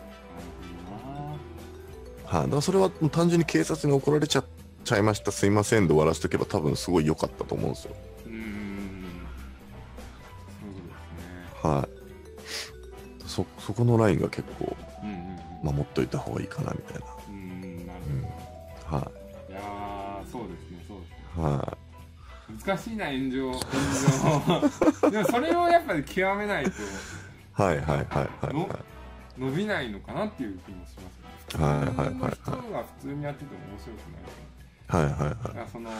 [SPEAKER 2] あなるほどな
[SPEAKER 1] はい、だからそれはもう単純に警察に怒られちゃちゃいましたすいませんで終わらせとけば多分すごい良かったと思うんですよ。
[SPEAKER 2] うーんそういうこと
[SPEAKER 1] はい、そそこのラインが結構
[SPEAKER 2] ですねうんうんうん、
[SPEAKER 1] 守っといた方がいいかなみたいな。
[SPEAKER 2] うーんなる
[SPEAKER 1] は
[SPEAKER 2] ほどいやーそうですねそうですね
[SPEAKER 1] い、はい
[SPEAKER 2] 難しいな炎上 炎上でもそれをやっぱり極めないと
[SPEAKER 1] はいはいはいはい
[SPEAKER 2] の
[SPEAKER 1] は
[SPEAKER 2] 伸びないのかなっていう気もしますね
[SPEAKER 1] はいはいはいはい
[SPEAKER 2] 普通の人が普通にやってても面白くない
[SPEAKER 1] いはいはいは
[SPEAKER 2] だからその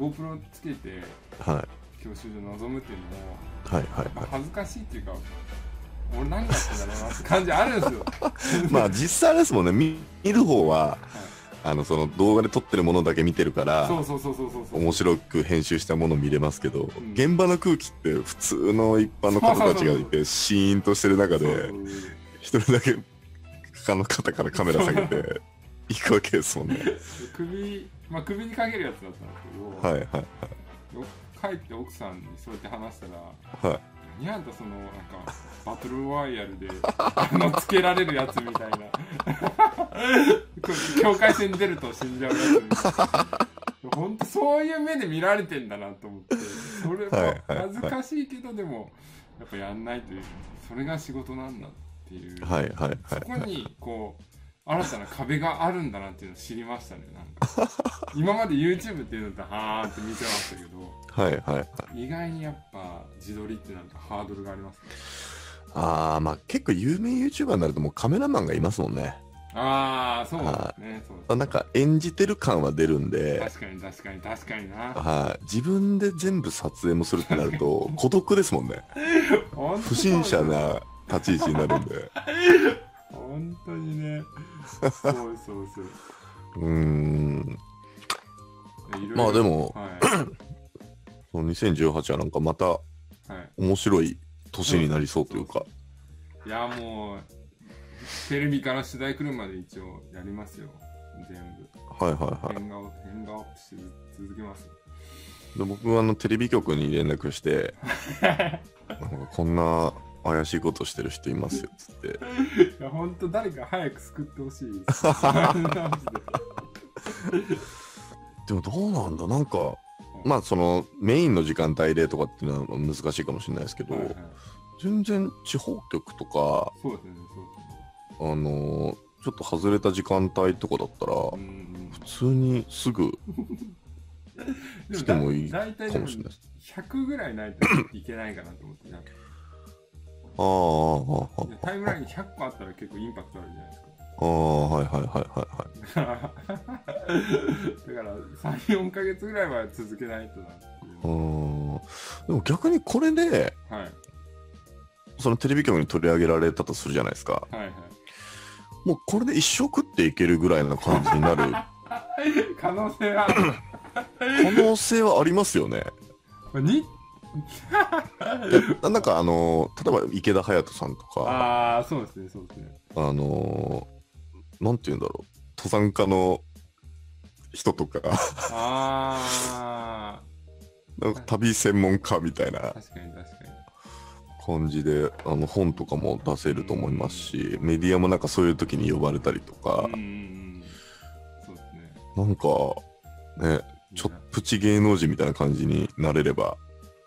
[SPEAKER 2] GoPro つけて
[SPEAKER 1] いはい
[SPEAKER 2] 教習所望むっていうのも、
[SPEAKER 1] はいはい
[SPEAKER 2] ま
[SPEAKER 1] は
[SPEAKER 2] あ、恥ずかしいっていうか俺何やってんだろうなって感じある んですよ
[SPEAKER 1] いまあ実際あれですもんね見見る方は、あのその動画で撮ってるものだけ見てるから
[SPEAKER 2] そうそうそうそうそうそう
[SPEAKER 1] 面白く編集したもの見れますけど、
[SPEAKER 2] ん
[SPEAKER 1] 現場の空気って普通の一般の方たちがいてシーンとしてる中
[SPEAKER 2] そう
[SPEAKER 1] で
[SPEAKER 2] そうそう
[SPEAKER 1] 一人だけ他の方からカメラ下げて行くわけですもんね
[SPEAKER 2] 首まあ首にかけるやつだったんですけ
[SPEAKER 1] は
[SPEAKER 2] ど、
[SPEAKER 1] いはいはい
[SPEAKER 2] 帰って奥さんにそうやって話したら
[SPEAKER 1] はい
[SPEAKER 2] 何やんたそのなんかバトルロワイヤルであのつけられるやつみたいな 境界線に出ると死んじゃうやつみたいな本当そういう目で見られてんだなと思ってそれ
[SPEAKER 1] はいは
[SPEAKER 2] も
[SPEAKER 1] いはい
[SPEAKER 2] 恥ずかしいけどでもやっぱやんないというそれが仕事なんだっていう、
[SPEAKER 1] はいはいはい
[SPEAKER 2] そこにこう新たな壁があるんだなっていうのを知りましたねなんか今まで YouTube っていうのってはーって見てましたけど
[SPEAKER 1] はいはいはい
[SPEAKER 2] 意外にやっぱ自撮りってなんかハードルがありますね
[SPEAKER 1] ああまあ結構有名 YouTuber になるともうカメラマンがいますもんね
[SPEAKER 2] ああ、そうですね。そう
[SPEAKER 1] まあなんか演じてる感は出るん
[SPEAKER 2] で、
[SPEAKER 1] です
[SPEAKER 2] 確かに確かに確かにな。
[SPEAKER 1] はい、自分で全部撮影もするってなると孤独ですもんね
[SPEAKER 2] 本当
[SPEAKER 1] 不審者な立ち位置になるんで
[SPEAKER 2] 本当にね。そうそう そう
[SPEAKER 1] ーん
[SPEAKER 2] う。いろいろ
[SPEAKER 1] まあでも
[SPEAKER 2] は
[SPEAKER 1] その2018はなんかまた
[SPEAKER 2] い。はい
[SPEAKER 1] 面白い年になりそうというか、
[SPEAKER 2] いやもうテレビから取材来るまで一応やりますよ全
[SPEAKER 1] はいはいは
[SPEAKER 2] 部変顔変顔して続けます
[SPEAKER 1] いで僕はあのテレビ局に連絡 して「なんかこんな怪しいことしてる人いますよ」っつって
[SPEAKER 2] いやほんと誰か早く救ってほしい ですマジで
[SPEAKER 1] でもどうなんだなんかまあそのメインの時間帯でとかっていうのは難しいかもしれないですけど、
[SPEAKER 2] はいはい
[SPEAKER 1] 全然地方局とか
[SPEAKER 2] そうですねそう
[SPEAKER 1] あのーちょっと外れた時間帯とかだったら
[SPEAKER 2] ですねうんうん
[SPEAKER 1] 普通にすぐ
[SPEAKER 2] で
[SPEAKER 1] 来てもいい
[SPEAKER 2] だ大体
[SPEAKER 1] か
[SPEAKER 2] で
[SPEAKER 1] も
[SPEAKER 2] も
[SPEAKER 1] しれないです
[SPEAKER 2] 100ぐらいないといけないかなと思ってなんか
[SPEAKER 1] あーあーあ
[SPEAKER 2] でタイムラインに100個あったら結構インパクトあるじゃないですか
[SPEAKER 1] ーあーはいはいはいはいはい
[SPEAKER 2] だから だから34ヶ月ぐらいは続けないとなってい
[SPEAKER 1] う
[SPEAKER 2] う
[SPEAKER 1] ーんでも逆にこれで
[SPEAKER 2] はい
[SPEAKER 1] そのテレビ局に取り上げられたとするじゃないですか
[SPEAKER 2] はいはい
[SPEAKER 1] もうこれで一生食っていけるぐらいの感じになる
[SPEAKER 2] 可能性はある
[SPEAKER 1] 可能性はありますよね
[SPEAKER 2] まあに
[SPEAKER 1] ななんかあのー例えば池田勇人さんとか
[SPEAKER 2] ああそうですねそうですね
[SPEAKER 1] あのーなんて言うんだろう登山家の人 とか
[SPEAKER 2] あ
[SPEAKER 1] なんか旅専門家みたいな
[SPEAKER 2] あ確かに確かに
[SPEAKER 1] 感じであの本とかも出せると思いますしメディアもなんかそういう時に呼ばれたりとか
[SPEAKER 2] うんうんうんそうですね
[SPEAKER 1] なんかねちょっプチ芸能人みたいな感じになれれば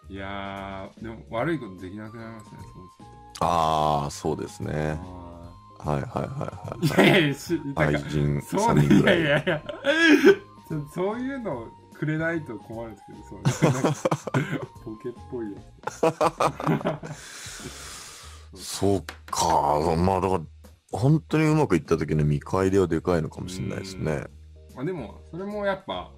[SPEAKER 2] いやーでも悪いことできなくなりますねそうする
[SPEAKER 1] ああそうですね
[SPEAKER 2] とあ
[SPEAKER 1] はいはいはい
[SPEAKER 2] ーいやいやし
[SPEAKER 1] はい
[SPEAKER 2] な
[SPEAKER 1] 愛
[SPEAKER 2] んか
[SPEAKER 1] 人
[SPEAKER 2] そ
[SPEAKER 1] 3
[SPEAKER 2] うね
[SPEAKER 1] 人ぐ
[SPEAKER 2] い
[SPEAKER 1] ら
[SPEAKER 2] や
[SPEAKER 1] い
[SPEAKER 2] いやいやちょそういうのくれないと困るんですけどそうなんか ボケっぽいや
[SPEAKER 1] そうかまあだから本当にうまくいった時の見返りはでかいのかもしれないですね
[SPEAKER 2] つまあでもそれもやっぱ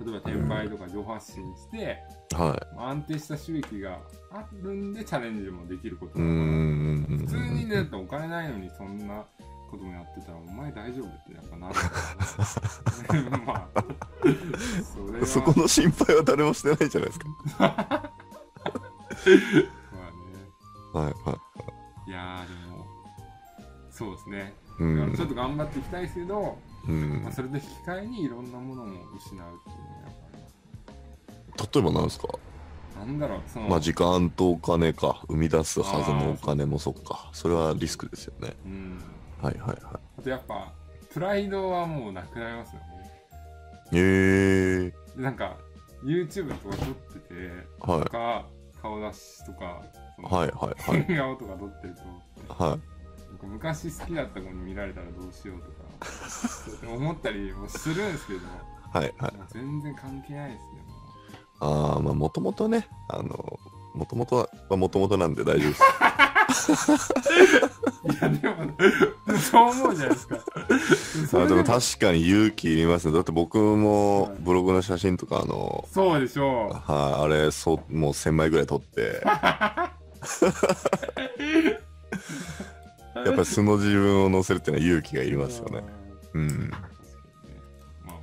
[SPEAKER 2] 例えば転売とか情報発信して、
[SPEAKER 1] は
[SPEAKER 2] まあ安定した収益があるんでチャレンジもできること
[SPEAKER 1] いうー
[SPEAKER 2] だか
[SPEAKER 1] ん
[SPEAKER 2] ら普通にねだってお金ないのにそんなこともやってたらお前大丈夫ってやっぱなる からまあそれは
[SPEAKER 1] そこの心配は誰もしてないじゃないですか
[SPEAKER 2] まあね
[SPEAKER 1] はいはい
[SPEAKER 2] いやーでもそうですね、
[SPEAKER 1] う
[SPEAKER 2] だからちょっ
[SPEAKER 1] ん
[SPEAKER 2] と頑張っていきたいですけど、
[SPEAKER 1] うん
[SPEAKER 2] まあ、それと引き換えにいろんなものも失うっていうのがやっぱり
[SPEAKER 1] 例えばなんですか
[SPEAKER 2] なんだろうその、
[SPEAKER 1] まあ時間とお金か生み出すはずのお金もそっかそれはリスクですよね
[SPEAKER 2] うん
[SPEAKER 1] はいはいは
[SPEAKER 2] あとやっぱプライドはもうなくなりますよね
[SPEAKER 1] いへえ
[SPEAKER 2] なんか YouTube とか撮ってて
[SPEAKER 1] ー、はい
[SPEAKER 2] とか顔出しとかその
[SPEAKER 1] はいはいはい
[SPEAKER 2] 変顔とか撮ってると
[SPEAKER 1] は
[SPEAKER 2] なんか昔好きだった子に見られたらどうしようとかそうやって思ったりもするんですけどない
[SPEAKER 1] はいはい
[SPEAKER 2] んか全然関係ないですねも
[SPEAKER 1] ああまあもともとねあのもともとはもともとなんで大丈夫です
[SPEAKER 2] ういやでも そう思うじゃないですか
[SPEAKER 1] あでも
[SPEAKER 2] た
[SPEAKER 1] 確かに勇気いりますねだって僕もブログの写真とかあの
[SPEAKER 2] そうでしょう
[SPEAKER 1] はいあれそうもう1000枚ぐらい撮って やっぱり素の自分を載せるっていうのは勇気がいりますよねうん
[SPEAKER 2] あー確かにねまあまあ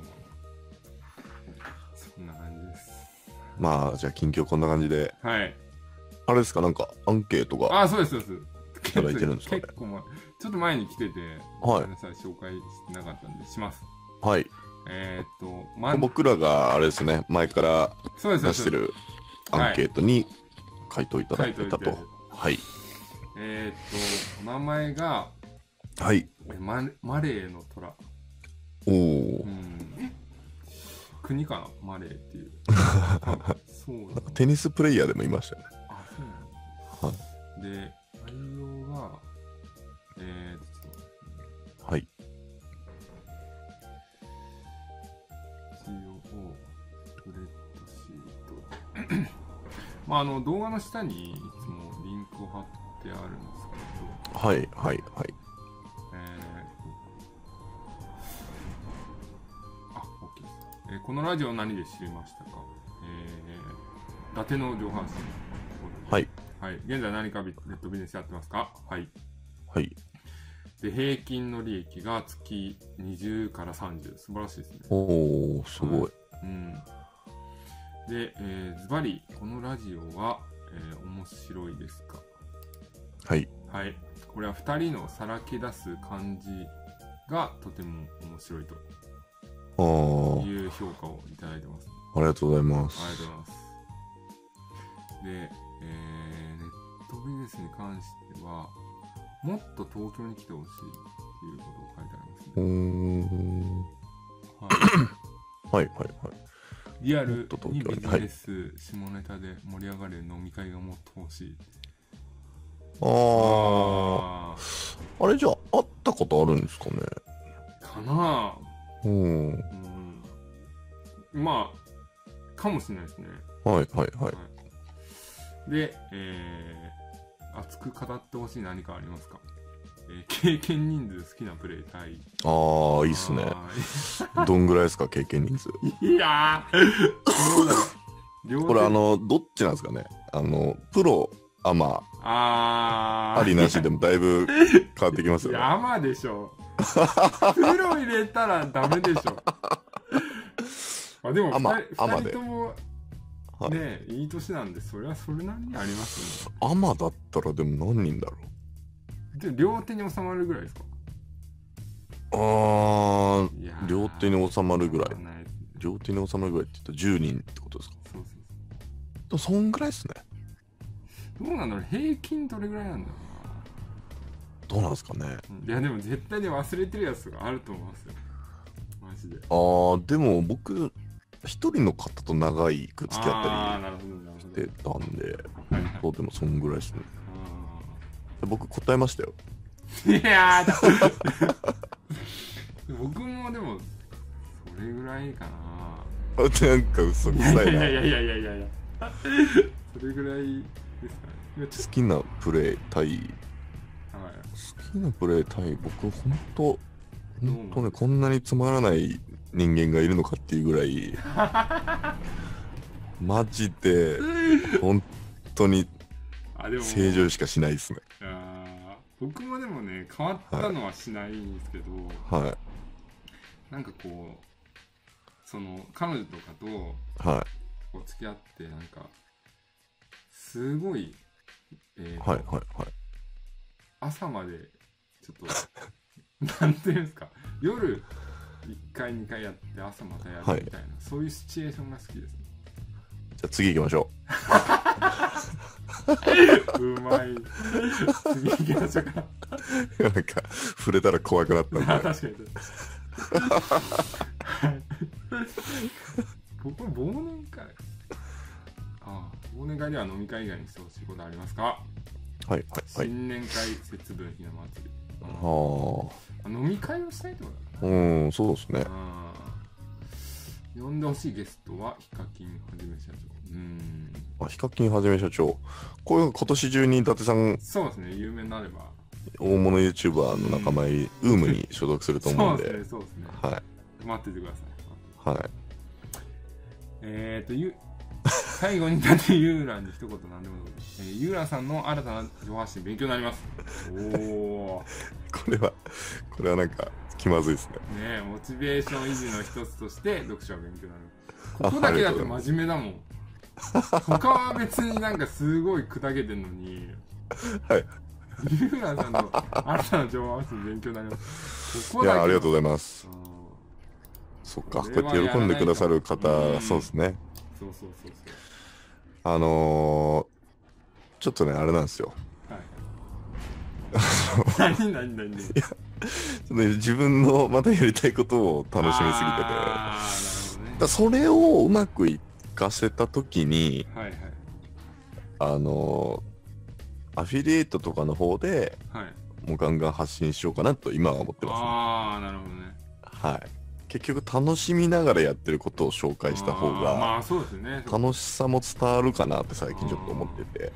[SPEAKER 2] そんな感じです
[SPEAKER 1] まあじゃあ近況こんな感じで
[SPEAKER 2] はい
[SPEAKER 1] あれですかなんかアンケートが
[SPEAKER 2] あそうですそうです
[SPEAKER 1] いただいてるんですかね
[SPEAKER 2] 結構前ちょっと前に来てて、
[SPEAKER 1] はい
[SPEAKER 2] ごめんなさい紹介してなかったんでします
[SPEAKER 1] はい
[SPEAKER 2] えー、っと、ま、
[SPEAKER 1] 僕らがあれですね前から
[SPEAKER 2] そうです
[SPEAKER 1] 出して
[SPEAKER 2] そうで
[SPEAKER 1] るアンケートに回答いただいてたと
[SPEAKER 2] はい
[SPEAKER 1] はい
[SPEAKER 2] すえー、っとお名前が
[SPEAKER 1] はい
[SPEAKER 2] えママレーの虎
[SPEAKER 1] おお
[SPEAKER 2] うん国かなマレーっていう そうなの
[SPEAKER 1] テニスプレイヤーでもいましたよね
[SPEAKER 2] あそうなの、で内容がえー、っと
[SPEAKER 1] はい
[SPEAKER 2] 一応スプレッドシート まああの動画の下にいつもリンクを貼ってあるんですけど
[SPEAKER 1] はいはいはい
[SPEAKER 2] えーえーこのラジオを何で知りましたか、えー、伊達の上半身
[SPEAKER 1] はい、
[SPEAKER 2] はい、現在何かビネットビジネスやってますかはい
[SPEAKER 1] はい。
[SPEAKER 2] で平均の利益が月20から30素晴らしいですね
[SPEAKER 1] おー、すごい。
[SPEAKER 2] うんで、えー、ズバリこのラジオは、えー面白いですか
[SPEAKER 1] はい。
[SPEAKER 2] はいこれは2人のさらけ出す感じがとても面白いと
[SPEAKER 1] あー、
[SPEAKER 2] いう評価をいただいてます
[SPEAKER 1] ありがとうございま
[SPEAKER 2] ありがとう
[SPEAKER 1] す。
[SPEAKER 2] ございます。で、えーネットビジネスに関しては、もっと東京に来てほしいっていうことを書いてありま
[SPEAKER 1] う
[SPEAKER 2] す
[SPEAKER 1] ー
[SPEAKER 2] ね。
[SPEAKER 1] ん。
[SPEAKER 2] は
[SPEAKER 1] はい、はい、はい。
[SPEAKER 2] い、リ
[SPEAKER 1] も
[SPEAKER 2] ア
[SPEAKER 1] っ
[SPEAKER 2] ル
[SPEAKER 1] と東
[SPEAKER 2] に
[SPEAKER 1] 京
[SPEAKER 2] ビ
[SPEAKER 1] に
[SPEAKER 2] ジネス、下ネタで盛り上がる飲み会がもっと欲しい。
[SPEAKER 1] あ
[SPEAKER 2] あ
[SPEAKER 1] ー、あれじゃあ、会ったことあるんですかね
[SPEAKER 2] ーかな
[SPEAKER 1] うん。
[SPEAKER 2] ぁ、うん。まあ、かもしれないですね。
[SPEAKER 1] はい、はい、はい。
[SPEAKER 2] で、えー熱く語ってほしい何かありますか、えー経験人数好きなプレイ対
[SPEAKER 1] あー、いいっすね。
[SPEAKER 2] は
[SPEAKER 1] どんぐらいですか、経験人 数。
[SPEAKER 2] いいやー、 どうだろう。両手
[SPEAKER 1] これ、あ、の、どっちなんですかねあの、プロ、アマ、
[SPEAKER 2] あー
[SPEAKER 1] ありなしでもだいぶ変わってきます
[SPEAKER 2] い
[SPEAKER 1] よね。
[SPEAKER 2] や、甘で しょ。プロ入れたらダメでしょ。あでも
[SPEAKER 1] 甘
[SPEAKER 2] 2人、
[SPEAKER 1] 甘
[SPEAKER 2] 二人
[SPEAKER 1] で
[SPEAKER 2] とも、
[SPEAKER 1] はい
[SPEAKER 2] ね、いい年なんで、それはそれなりにありますよ
[SPEAKER 1] アマだったらでも何人だろう
[SPEAKER 2] ね。で両手に収まるぐらいですか
[SPEAKER 1] あー
[SPEAKER 2] いやー
[SPEAKER 1] 両手に収まるぐらい
[SPEAKER 2] 収まな
[SPEAKER 1] 両手に収まるぐらいって言ったら10人ってことですか
[SPEAKER 2] そうそうそ
[SPEAKER 1] でもそんぐらいですね
[SPEAKER 2] うどうなんだろう平均どれぐらいなんだろ
[SPEAKER 1] どうなんですかね
[SPEAKER 2] うなうんいやでも絶対に忘れてるやつがあると思いますよマジで
[SPEAKER 1] あーでも僕一人の方と長いく付き
[SPEAKER 2] あ
[SPEAKER 1] 合
[SPEAKER 2] あ
[SPEAKER 1] っ
[SPEAKER 2] なるほどなるほ
[SPEAKER 1] たり
[SPEAKER 2] ど
[SPEAKER 1] してたんで
[SPEAKER 2] はいはい
[SPEAKER 1] そうでもそんぐらいですねで僕答えましたよ
[SPEAKER 2] うんいやーだ僕もでもそれぐらいかな
[SPEAKER 1] あなんか嘘く
[SPEAKER 2] い
[SPEAKER 1] さい
[SPEAKER 2] やい
[SPEAKER 1] な
[SPEAKER 2] やいやいやいやいやそれぐらいですかねいやちょ
[SPEAKER 1] 好きなプレー対
[SPEAKER 2] っとはい
[SPEAKER 1] 好きなプレー対僕ほんとほんと
[SPEAKER 2] どうな
[SPEAKER 1] ね
[SPEAKER 2] ん
[SPEAKER 1] こんなにつまらない人間がいるのかっていうぐらい マジで本当に
[SPEAKER 2] あでも
[SPEAKER 1] 正常しかしないですね
[SPEAKER 2] あー僕もでもね変わったのはしないんですけど、
[SPEAKER 1] は
[SPEAKER 2] なんかこうその彼女とかと
[SPEAKER 1] いは
[SPEAKER 2] こう付き合ってなんかすごい、え
[SPEAKER 1] い
[SPEAKER 2] ーと
[SPEAKER 1] はいはいはい
[SPEAKER 2] 朝までちょっと なんていうんですか夜1回2回やって朝またやる
[SPEAKER 1] はい
[SPEAKER 2] みたいな、そういうシチュエーションが好きですね
[SPEAKER 1] じゃあ次行きましょ
[SPEAKER 2] うまい次行きましょうか
[SPEAKER 1] う なんか触れたら怖くなったんで
[SPEAKER 2] 確かにはい僕は忘年会ああ忘年会では飲み会以外にしてほしいことありますか、
[SPEAKER 1] はいはいはい
[SPEAKER 2] 新年会節分ひな祭りあ
[SPEAKER 1] は
[SPEAKER 2] あ飲み会をしたいってことだな
[SPEAKER 1] あうんそうですね
[SPEAKER 2] あー呼んでほしいゲストはヒカキンはじめ社長うーん
[SPEAKER 1] あヒカキンはじめ社長こういう今年中に伊達さん
[SPEAKER 2] そうですね有名になれば
[SPEAKER 1] 大物 YouTuber の仲間入り、ウームに所属すると思うん
[SPEAKER 2] そう
[SPEAKER 1] で
[SPEAKER 2] ですねそうですね
[SPEAKER 1] はい
[SPEAKER 2] 待っててください
[SPEAKER 1] はい
[SPEAKER 2] えーとゆ 最後にだってユーランに一言何でもどうぞ、えー、ユーランさんの新たな上半身勉強になりますおお
[SPEAKER 1] これはこれはなんか気まずいですね
[SPEAKER 2] ねえモチベーション維持の一つとして読書は勉強になるここだけだって真面目だもん 他は別になんかすごい砕けてんのに
[SPEAKER 1] はい
[SPEAKER 2] ユーランさんの新たな情報発信勉強になります。こ
[SPEAKER 1] い
[SPEAKER 2] こだけ
[SPEAKER 1] やありがとうございます
[SPEAKER 2] うん
[SPEAKER 1] そっかこ
[SPEAKER 2] こ
[SPEAKER 1] う
[SPEAKER 2] れ
[SPEAKER 1] や
[SPEAKER 2] は
[SPEAKER 1] って喜んでくださる方
[SPEAKER 2] やらないとうん
[SPEAKER 1] そうですね
[SPEAKER 2] そうそうそう
[SPEAKER 1] あのー、ちょっとねあれなんですよ
[SPEAKER 2] そう。はい。何何何何楽
[SPEAKER 1] ちょっとね自分のまたやりたいことを楽しみすぎててだか
[SPEAKER 2] ああ、なるほどね。
[SPEAKER 1] らそれをうまくいかせた時に
[SPEAKER 2] はいはい。
[SPEAKER 1] あのー、アフィリエイトとかの方で
[SPEAKER 2] はい。
[SPEAKER 1] もうガンガン発信しようかなと今は思ってます、ね、
[SPEAKER 2] ああ、なるほどね。
[SPEAKER 1] はい結局楽しみながらやってることを紹介した方
[SPEAKER 2] あー
[SPEAKER 1] が
[SPEAKER 2] まあそうですね。
[SPEAKER 1] 楽しさも伝わるかなって最近ちょっと思ってて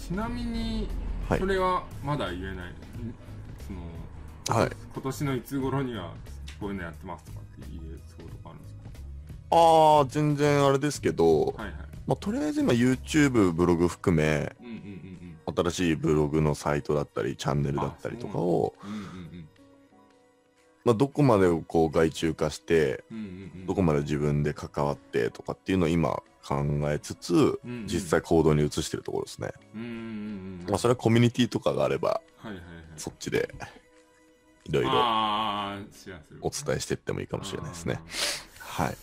[SPEAKER 2] ちなみに、
[SPEAKER 1] はい
[SPEAKER 2] それはまだ言えない。その、
[SPEAKER 1] はい
[SPEAKER 2] 今年のいつ頃にはこういうのやってますとかって言えそうとかあるんですか
[SPEAKER 1] ああ、全然あれですけど、
[SPEAKER 2] はいはい
[SPEAKER 1] まあ、とりあえず今 YouTube、ブログ含め、
[SPEAKER 2] うんうんうん
[SPEAKER 1] 新しいブログのサイトだったり、チャンネルだったりとかを、
[SPEAKER 2] うんうん
[SPEAKER 1] まあ、どこまでをこう外注化して、
[SPEAKER 2] うんうんうんうん
[SPEAKER 1] どこまで自分で関わってとかっていうのを今考えつつ、
[SPEAKER 2] うんうん
[SPEAKER 1] 実際行動に移してるところですね。
[SPEAKER 2] うんうんうん
[SPEAKER 1] まあ、それはコミュニティとかがあれば、
[SPEAKER 2] はいはいはい
[SPEAKER 1] そっちでいろいろ
[SPEAKER 2] ああシェアする
[SPEAKER 1] お伝えしていってもいいかもしれないですね。はい。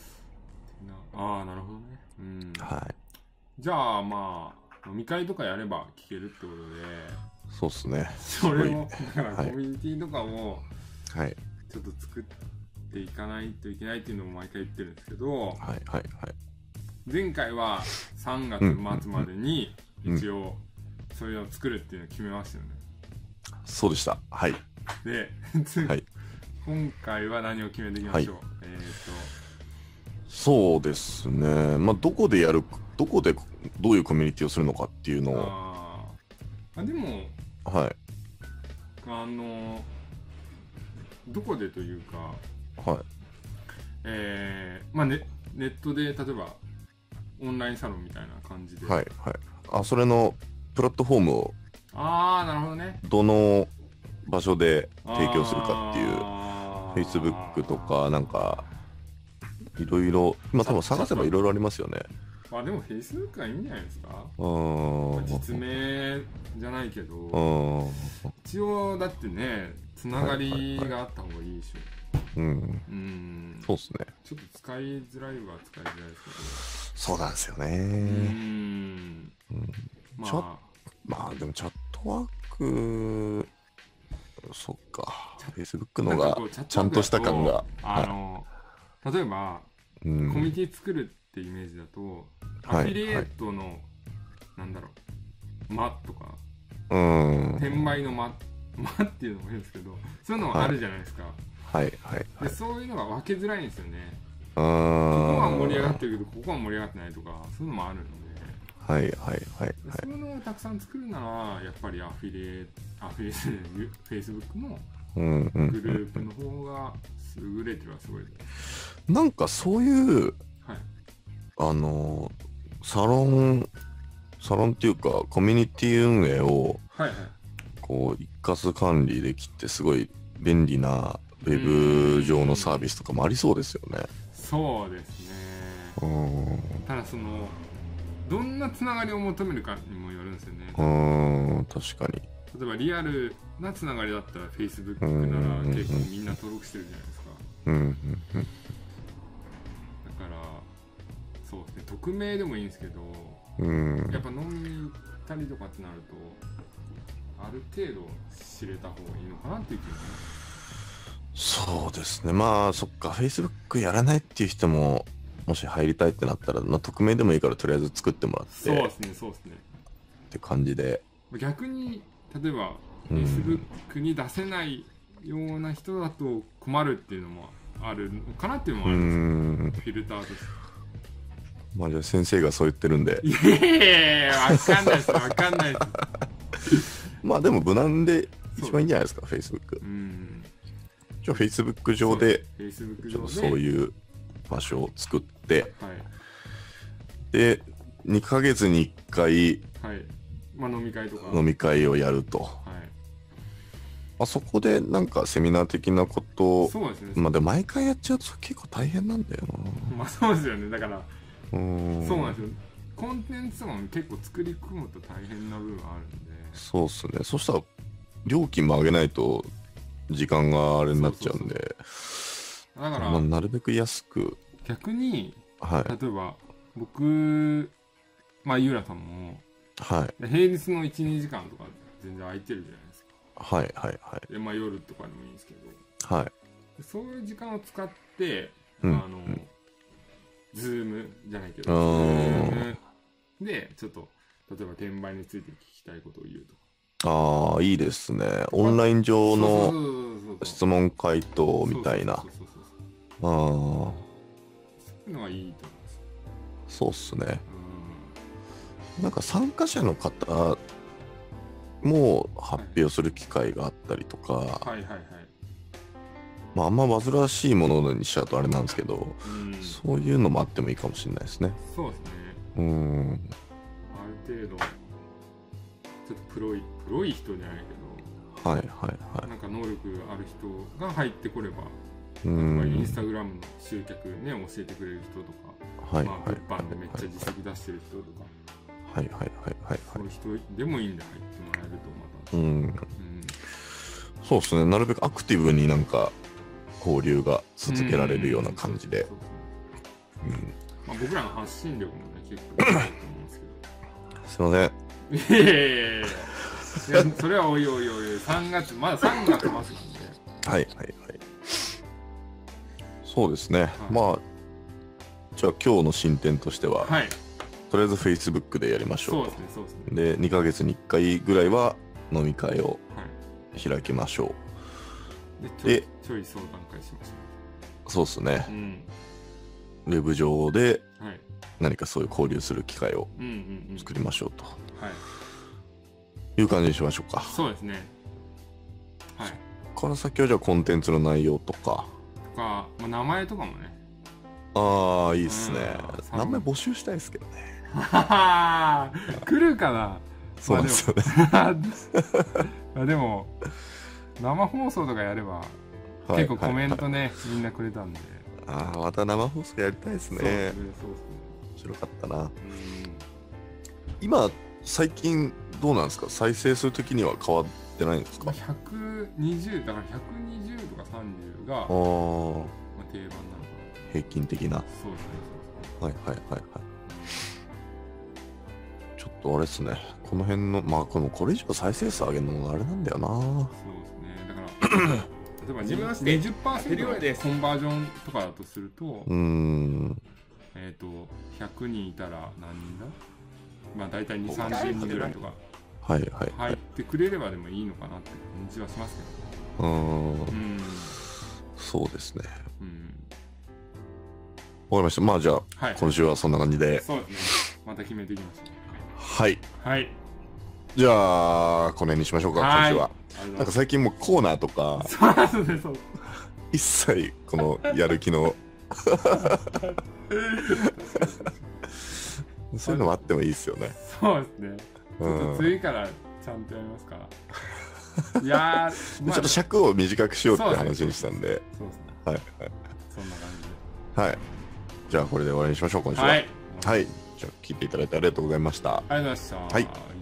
[SPEAKER 2] あーなあーなるほどねうん
[SPEAKER 1] はい。
[SPEAKER 2] じゃあまあ飲み会とかやれば聞けるってことで
[SPEAKER 1] そうっすね。
[SPEAKER 2] それをだか
[SPEAKER 1] は
[SPEAKER 2] らコ
[SPEAKER 1] い
[SPEAKER 2] ミュニティとかも
[SPEAKER 1] はい。
[SPEAKER 2] ちょっと作っていかないといけないっていうのも毎回言ってるんですけど
[SPEAKER 1] はい。はい。はい。
[SPEAKER 2] 前回は3月末までに
[SPEAKER 1] うん
[SPEAKER 2] 一応それを作るっていうのを決めましたよね
[SPEAKER 1] そうでした。はい。
[SPEAKER 2] で、
[SPEAKER 1] はい
[SPEAKER 2] 今回は何を決めていきましょう、えっ、
[SPEAKER 1] そうですね。まあ、どこでやる、どこで、どういうコミュニティをするのかっていうの
[SPEAKER 2] と
[SPEAKER 1] を、
[SPEAKER 2] あーあでも
[SPEAKER 1] はい。
[SPEAKER 2] あのどこでというか
[SPEAKER 1] は
[SPEAKER 2] えーまあねネットで例えばオンラインサロンみたいな感じ
[SPEAKER 1] い。
[SPEAKER 2] で、
[SPEAKER 1] はい。はい。あ、それのプラットフォームを
[SPEAKER 2] ああなるほどね
[SPEAKER 1] どの場所で提供するかっていう、
[SPEAKER 2] あー
[SPEAKER 1] Facebook とか、なんか、いろいろ、今多分探せばいろいろありますよね。
[SPEAKER 2] まあでも Facebook はいいんじゃないですか
[SPEAKER 1] うーん。
[SPEAKER 2] 実名じゃないけ
[SPEAKER 1] う
[SPEAKER 2] ど
[SPEAKER 1] ーん。
[SPEAKER 2] 一応だってねつながりがあった方がいいでしょ、
[SPEAKER 1] うん。
[SPEAKER 2] うん
[SPEAKER 1] そうっすね。
[SPEAKER 2] ちょっと使いづらいは使いづらいです
[SPEAKER 1] そうなんですよ
[SPEAKER 2] けど、う
[SPEAKER 1] ね。
[SPEAKER 2] ん
[SPEAKER 1] うん
[SPEAKER 2] ま
[SPEAKER 1] ちょっ
[SPEAKER 2] あ
[SPEAKER 1] まあでもチャットワーク、そっか、Facebook
[SPEAKER 2] な
[SPEAKER 1] の
[SPEAKER 2] んか
[SPEAKER 1] が
[SPEAKER 2] こうチャットワークだと
[SPEAKER 1] ちゃんとした感が、
[SPEAKER 2] あの、例えば
[SPEAKER 1] う
[SPEAKER 2] コミュニ
[SPEAKER 1] ん、
[SPEAKER 2] ティ作るってイメージだと、
[SPEAKER 1] はい
[SPEAKER 2] アフィリエイトの、なんだろう「間」とか
[SPEAKER 1] うん、
[SPEAKER 2] 転売の間「間」っていうのもいいんですけどそういうのはあるじゃないですか、
[SPEAKER 1] はいはいはい。
[SPEAKER 2] でそういうのが分けづらいんですよね
[SPEAKER 1] ここ
[SPEAKER 2] ここは盛り上がっ
[SPEAKER 1] る。
[SPEAKER 2] てるけどここは盛り上がってないとかそういうのもあるので
[SPEAKER 1] はいはいはい
[SPEAKER 2] で
[SPEAKER 1] は
[SPEAKER 2] そういうのをたくさん作るならやっぱりアフィリエイトアフィリエイトじゃないフェイスブックの
[SPEAKER 1] い。うんうん
[SPEAKER 2] グ
[SPEAKER 1] う
[SPEAKER 2] ループの方が優れてるはすごいです
[SPEAKER 1] ん、なんかそういう、
[SPEAKER 2] はい
[SPEAKER 1] あのー、サロン、サロンっていうか、コミュニティ運営を
[SPEAKER 2] はいはい
[SPEAKER 1] こう一括管理できて、すごい便利なウェブ上のサービスとかもありそうですよね。
[SPEAKER 2] そうですね
[SPEAKER 1] うん
[SPEAKER 2] ただそのどんなつながりを求めるかにもよるんですよね
[SPEAKER 1] うーん、確かに。
[SPEAKER 2] 例えばリアルなつながりだったら Facebook
[SPEAKER 1] うん
[SPEAKER 2] なら結構みんな登録してるじゃないですか
[SPEAKER 1] うん、うん、うん。
[SPEAKER 2] だからそうですね匿名でもいいんですけど
[SPEAKER 1] うん
[SPEAKER 2] やっぱ飲みに行ったりとかってなるとある程度知れた方がいいのかなっていう気がします
[SPEAKER 1] そうですね。まあ、そっか、Facebook やらないっていう人も、もし入りたいってなったら、まあ、匿名でもいいから、とりあえず作ってもらっ
[SPEAKER 2] そう
[SPEAKER 1] て、っ
[SPEAKER 2] ですねそうですね
[SPEAKER 1] て感じで。
[SPEAKER 2] 逆に例えば
[SPEAKER 1] うん
[SPEAKER 2] Facebook に出せないような人だと困るっていうのもあるのかなっていうの
[SPEAKER 1] う
[SPEAKER 2] もあ
[SPEAKER 1] ー
[SPEAKER 2] るんですよ
[SPEAKER 1] ん。
[SPEAKER 2] フィルターとして
[SPEAKER 1] まあ、じゃあ先生がそう言ってるんで、
[SPEAKER 2] いやいやいやわかんないですわかんないです
[SPEAKER 1] まあ、でも無難で
[SPEAKER 2] そう
[SPEAKER 1] 一番いいんじゃないですか、Facebook
[SPEAKER 2] う。ん
[SPEAKER 1] じゃあ、Facebook 上で、
[SPEAKER 2] Facebook
[SPEAKER 1] ちょっと
[SPEAKER 2] 上で
[SPEAKER 1] そういう場所を作って、
[SPEAKER 2] はい
[SPEAKER 1] で、2ヶ月に1回
[SPEAKER 2] はいまあ飲み会とか
[SPEAKER 1] 飲み会をやると。
[SPEAKER 2] はい
[SPEAKER 1] まあ、そこで、なんかセミナー的なことを、
[SPEAKER 2] そうですね
[SPEAKER 1] まあでも毎回やっちゃうと結構大変なんだよ
[SPEAKER 2] まあそうですよねだから
[SPEAKER 1] な。うん。
[SPEAKER 2] そうなんですよコンテンツとかも結構作り込むと大変な部分あるんで
[SPEAKER 1] そうっすね。そしたら料金も上げないと時間があれになっちゃうんで、
[SPEAKER 2] だか
[SPEAKER 1] まあ、
[SPEAKER 2] ら
[SPEAKER 1] なるべく安く、
[SPEAKER 2] 逆に
[SPEAKER 1] はい
[SPEAKER 2] 例えば僕まあゆうらさんも
[SPEAKER 1] はい
[SPEAKER 2] 平日の12時間とか全然空いてるじゃないですか
[SPEAKER 1] はいはいはい
[SPEAKER 2] でまあ夜とかでもいいんですけど
[SPEAKER 1] はい。
[SPEAKER 2] そういう時間を使って、
[SPEAKER 1] うん
[SPEAKER 2] あの、ズームじゃないけ
[SPEAKER 1] あ
[SPEAKER 2] ど、
[SPEAKER 1] ー
[SPEAKER 2] Zoom で、ちょっと、例えば転売について聞きたいことを言うとか。
[SPEAKER 1] ああいいですね。オンライン上の
[SPEAKER 2] の
[SPEAKER 1] 質問回答みたいな。あ
[SPEAKER 2] そうそうそうそう
[SPEAKER 1] あー
[SPEAKER 2] そういうのはいいと思います。
[SPEAKER 1] そうっすね。なんか参加者の方も発表する機会があったりとか、
[SPEAKER 2] うんはいはいはい。
[SPEAKER 1] まあ、あんま煩わしいものにしちゃうとあれなんですけど、
[SPEAKER 2] うん、そ
[SPEAKER 1] そういうのもあってもいいかもしれないですね。
[SPEAKER 2] うですね
[SPEAKER 1] うん。
[SPEAKER 2] ある程度ちょっとプロいプロい人じゃないけ
[SPEAKER 1] はいはいは
[SPEAKER 2] どなんか能力ある人が入ってこれば、
[SPEAKER 1] い。う
[SPEAKER 2] まあ、イ
[SPEAKER 1] ん
[SPEAKER 2] ンス。タグラムの集客ね教えてくれる人とか、
[SPEAKER 1] はいはい
[SPEAKER 2] まあ、物販でめっちゃ
[SPEAKER 1] は
[SPEAKER 2] 実績出してる人とか、
[SPEAKER 1] いはいはいはいは
[SPEAKER 2] そう
[SPEAKER 1] い。
[SPEAKER 2] いう人でもいいんで入ってもらえるとまた、
[SPEAKER 1] うん。
[SPEAKER 2] うん、
[SPEAKER 1] そうですね。なるべくアクティブになんか交流が続けられるような感じで
[SPEAKER 2] そ。うそう
[SPEAKER 1] うん
[SPEAKER 2] まあ、僕らの発信力もね結構高いと思うんですけど
[SPEAKER 1] すいません。
[SPEAKER 2] いやいやいやいやいやそれはおいおいおいおい3月まだ3月末なんで
[SPEAKER 1] はいはいはい。そうですね。まあ、じゃあ今日の進展としては、
[SPEAKER 2] はい
[SPEAKER 1] とりあえず Facebook でやりまし
[SPEAKER 2] そ
[SPEAKER 1] ょう
[SPEAKER 2] うで
[SPEAKER 1] と
[SPEAKER 2] す。ねそうですね
[SPEAKER 1] で、2ヶ月に1回ぐらいは飲み会を
[SPEAKER 2] はい
[SPEAKER 1] 開きましょ
[SPEAKER 2] で
[SPEAKER 1] で
[SPEAKER 2] ちょいちょい相談会しまし
[SPEAKER 1] う。そうですね
[SPEAKER 2] た。うん
[SPEAKER 1] ウェブ上で
[SPEAKER 2] はい
[SPEAKER 1] 何かそういう交流する機会を
[SPEAKER 2] うんうんうん
[SPEAKER 1] 作りましょうと
[SPEAKER 2] はい
[SPEAKER 1] いう感じにしましょうか。
[SPEAKER 2] そうですねはい
[SPEAKER 1] ここから先はじゃあコンテンツの内容とか。
[SPEAKER 2] とか、まあ、名前とかも ね
[SPEAKER 1] ああ、いいっすね
[SPEAKER 2] う。ん
[SPEAKER 1] 名前募集したいですけどね。
[SPEAKER 2] 来るかな
[SPEAKER 1] そうなんですよね。
[SPEAKER 2] あでも生放送とかやれば
[SPEAKER 1] はい
[SPEAKER 2] 結構コメン
[SPEAKER 1] はい
[SPEAKER 2] トねみんなくれたんで
[SPEAKER 1] ああ、また生放送やりたいです
[SPEAKER 2] そうで
[SPEAKER 1] ね
[SPEAKER 2] す。ねそうですね
[SPEAKER 1] 面白かったな。
[SPEAKER 2] うん
[SPEAKER 1] 今、最近どうなんですか再生数的には変わってないんですかあ
[SPEAKER 2] 120だから120とか30が、まあ
[SPEAKER 1] あ、ー、
[SPEAKER 2] 定番なのか
[SPEAKER 1] 平均的な。
[SPEAKER 2] なそうですね
[SPEAKER 1] はいはいはいはい。ちょっとあれっすね。この辺の、まあ、この、これ以上再生数上げるのもあれなんだよな。
[SPEAKER 2] そうですねそ うですねだから例えば
[SPEAKER 3] 自分は減るよう
[SPEAKER 2] 20%
[SPEAKER 3] で
[SPEAKER 2] の
[SPEAKER 3] す
[SPEAKER 2] コンバージョンとかだとすると
[SPEAKER 1] うーん。
[SPEAKER 2] えっ、と100人いたら何人だまあ大体2 3 0人ぐらいとか
[SPEAKER 1] はいはいは
[SPEAKER 2] 入っ
[SPEAKER 1] い。
[SPEAKER 2] てくれればでもいいのかなって感じはします
[SPEAKER 1] うー
[SPEAKER 2] けど
[SPEAKER 1] ん。
[SPEAKER 2] ね
[SPEAKER 1] そうですね。
[SPEAKER 2] うんうん
[SPEAKER 1] わかりました。まあじゃあ、
[SPEAKER 2] はい
[SPEAKER 1] 今週はそんな感じで。
[SPEAKER 2] そうですねまた決めていきましょ
[SPEAKER 1] はい。
[SPEAKER 2] うはい
[SPEAKER 1] じゃあ、この辺にしましょうか、今
[SPEAKER 2] はい
[SPEAKER 1] 週は。
[SPEAKER 2] あり
[SPEAKER 1] な
[SPEAKER 2] が
[SPEAKER 1] ん
[SPEAKER 2] と
[SPEAKER 1] か
[SPEAKER 2] う
[SPEAKER 1] 最近もうコーナーとか、
[SPEAKER 2] ございます そうですねそうです
[SPEAKER 1] 一切このやる気の、 そういうのもあってもいいですよね。
[SPEAKER 2] そうですね。ち
[SPEAKER 1] うん
[SPEAKER 2] ょっと次からちゃんとやりま すから。いやー、
[SPEAKER 1] で
[SPEAKER 2] まあ
[SPEAKER 1] ちょっと尺を短くしようって話にしたんで、
[SPEAKER 2] そうですね。
[SPEAKER 1] はいはい。
[SPEAKER 2] そんな感
[SPEAKER 1] はい。じじゃあ、これで終わりにしましょう、今
[SPEAKER 2] じ
[SPEAKER 1] 週
[SPEAKER 2] で。
[SPEAKER 1] は。
[SPEAKER 2] はい。ありがとう
[SPEAKER 1] はい。じゃあ、聞いていただいてありがとうございました。
[SPEAKER 2] ございました。
[SPEAKER 1] はい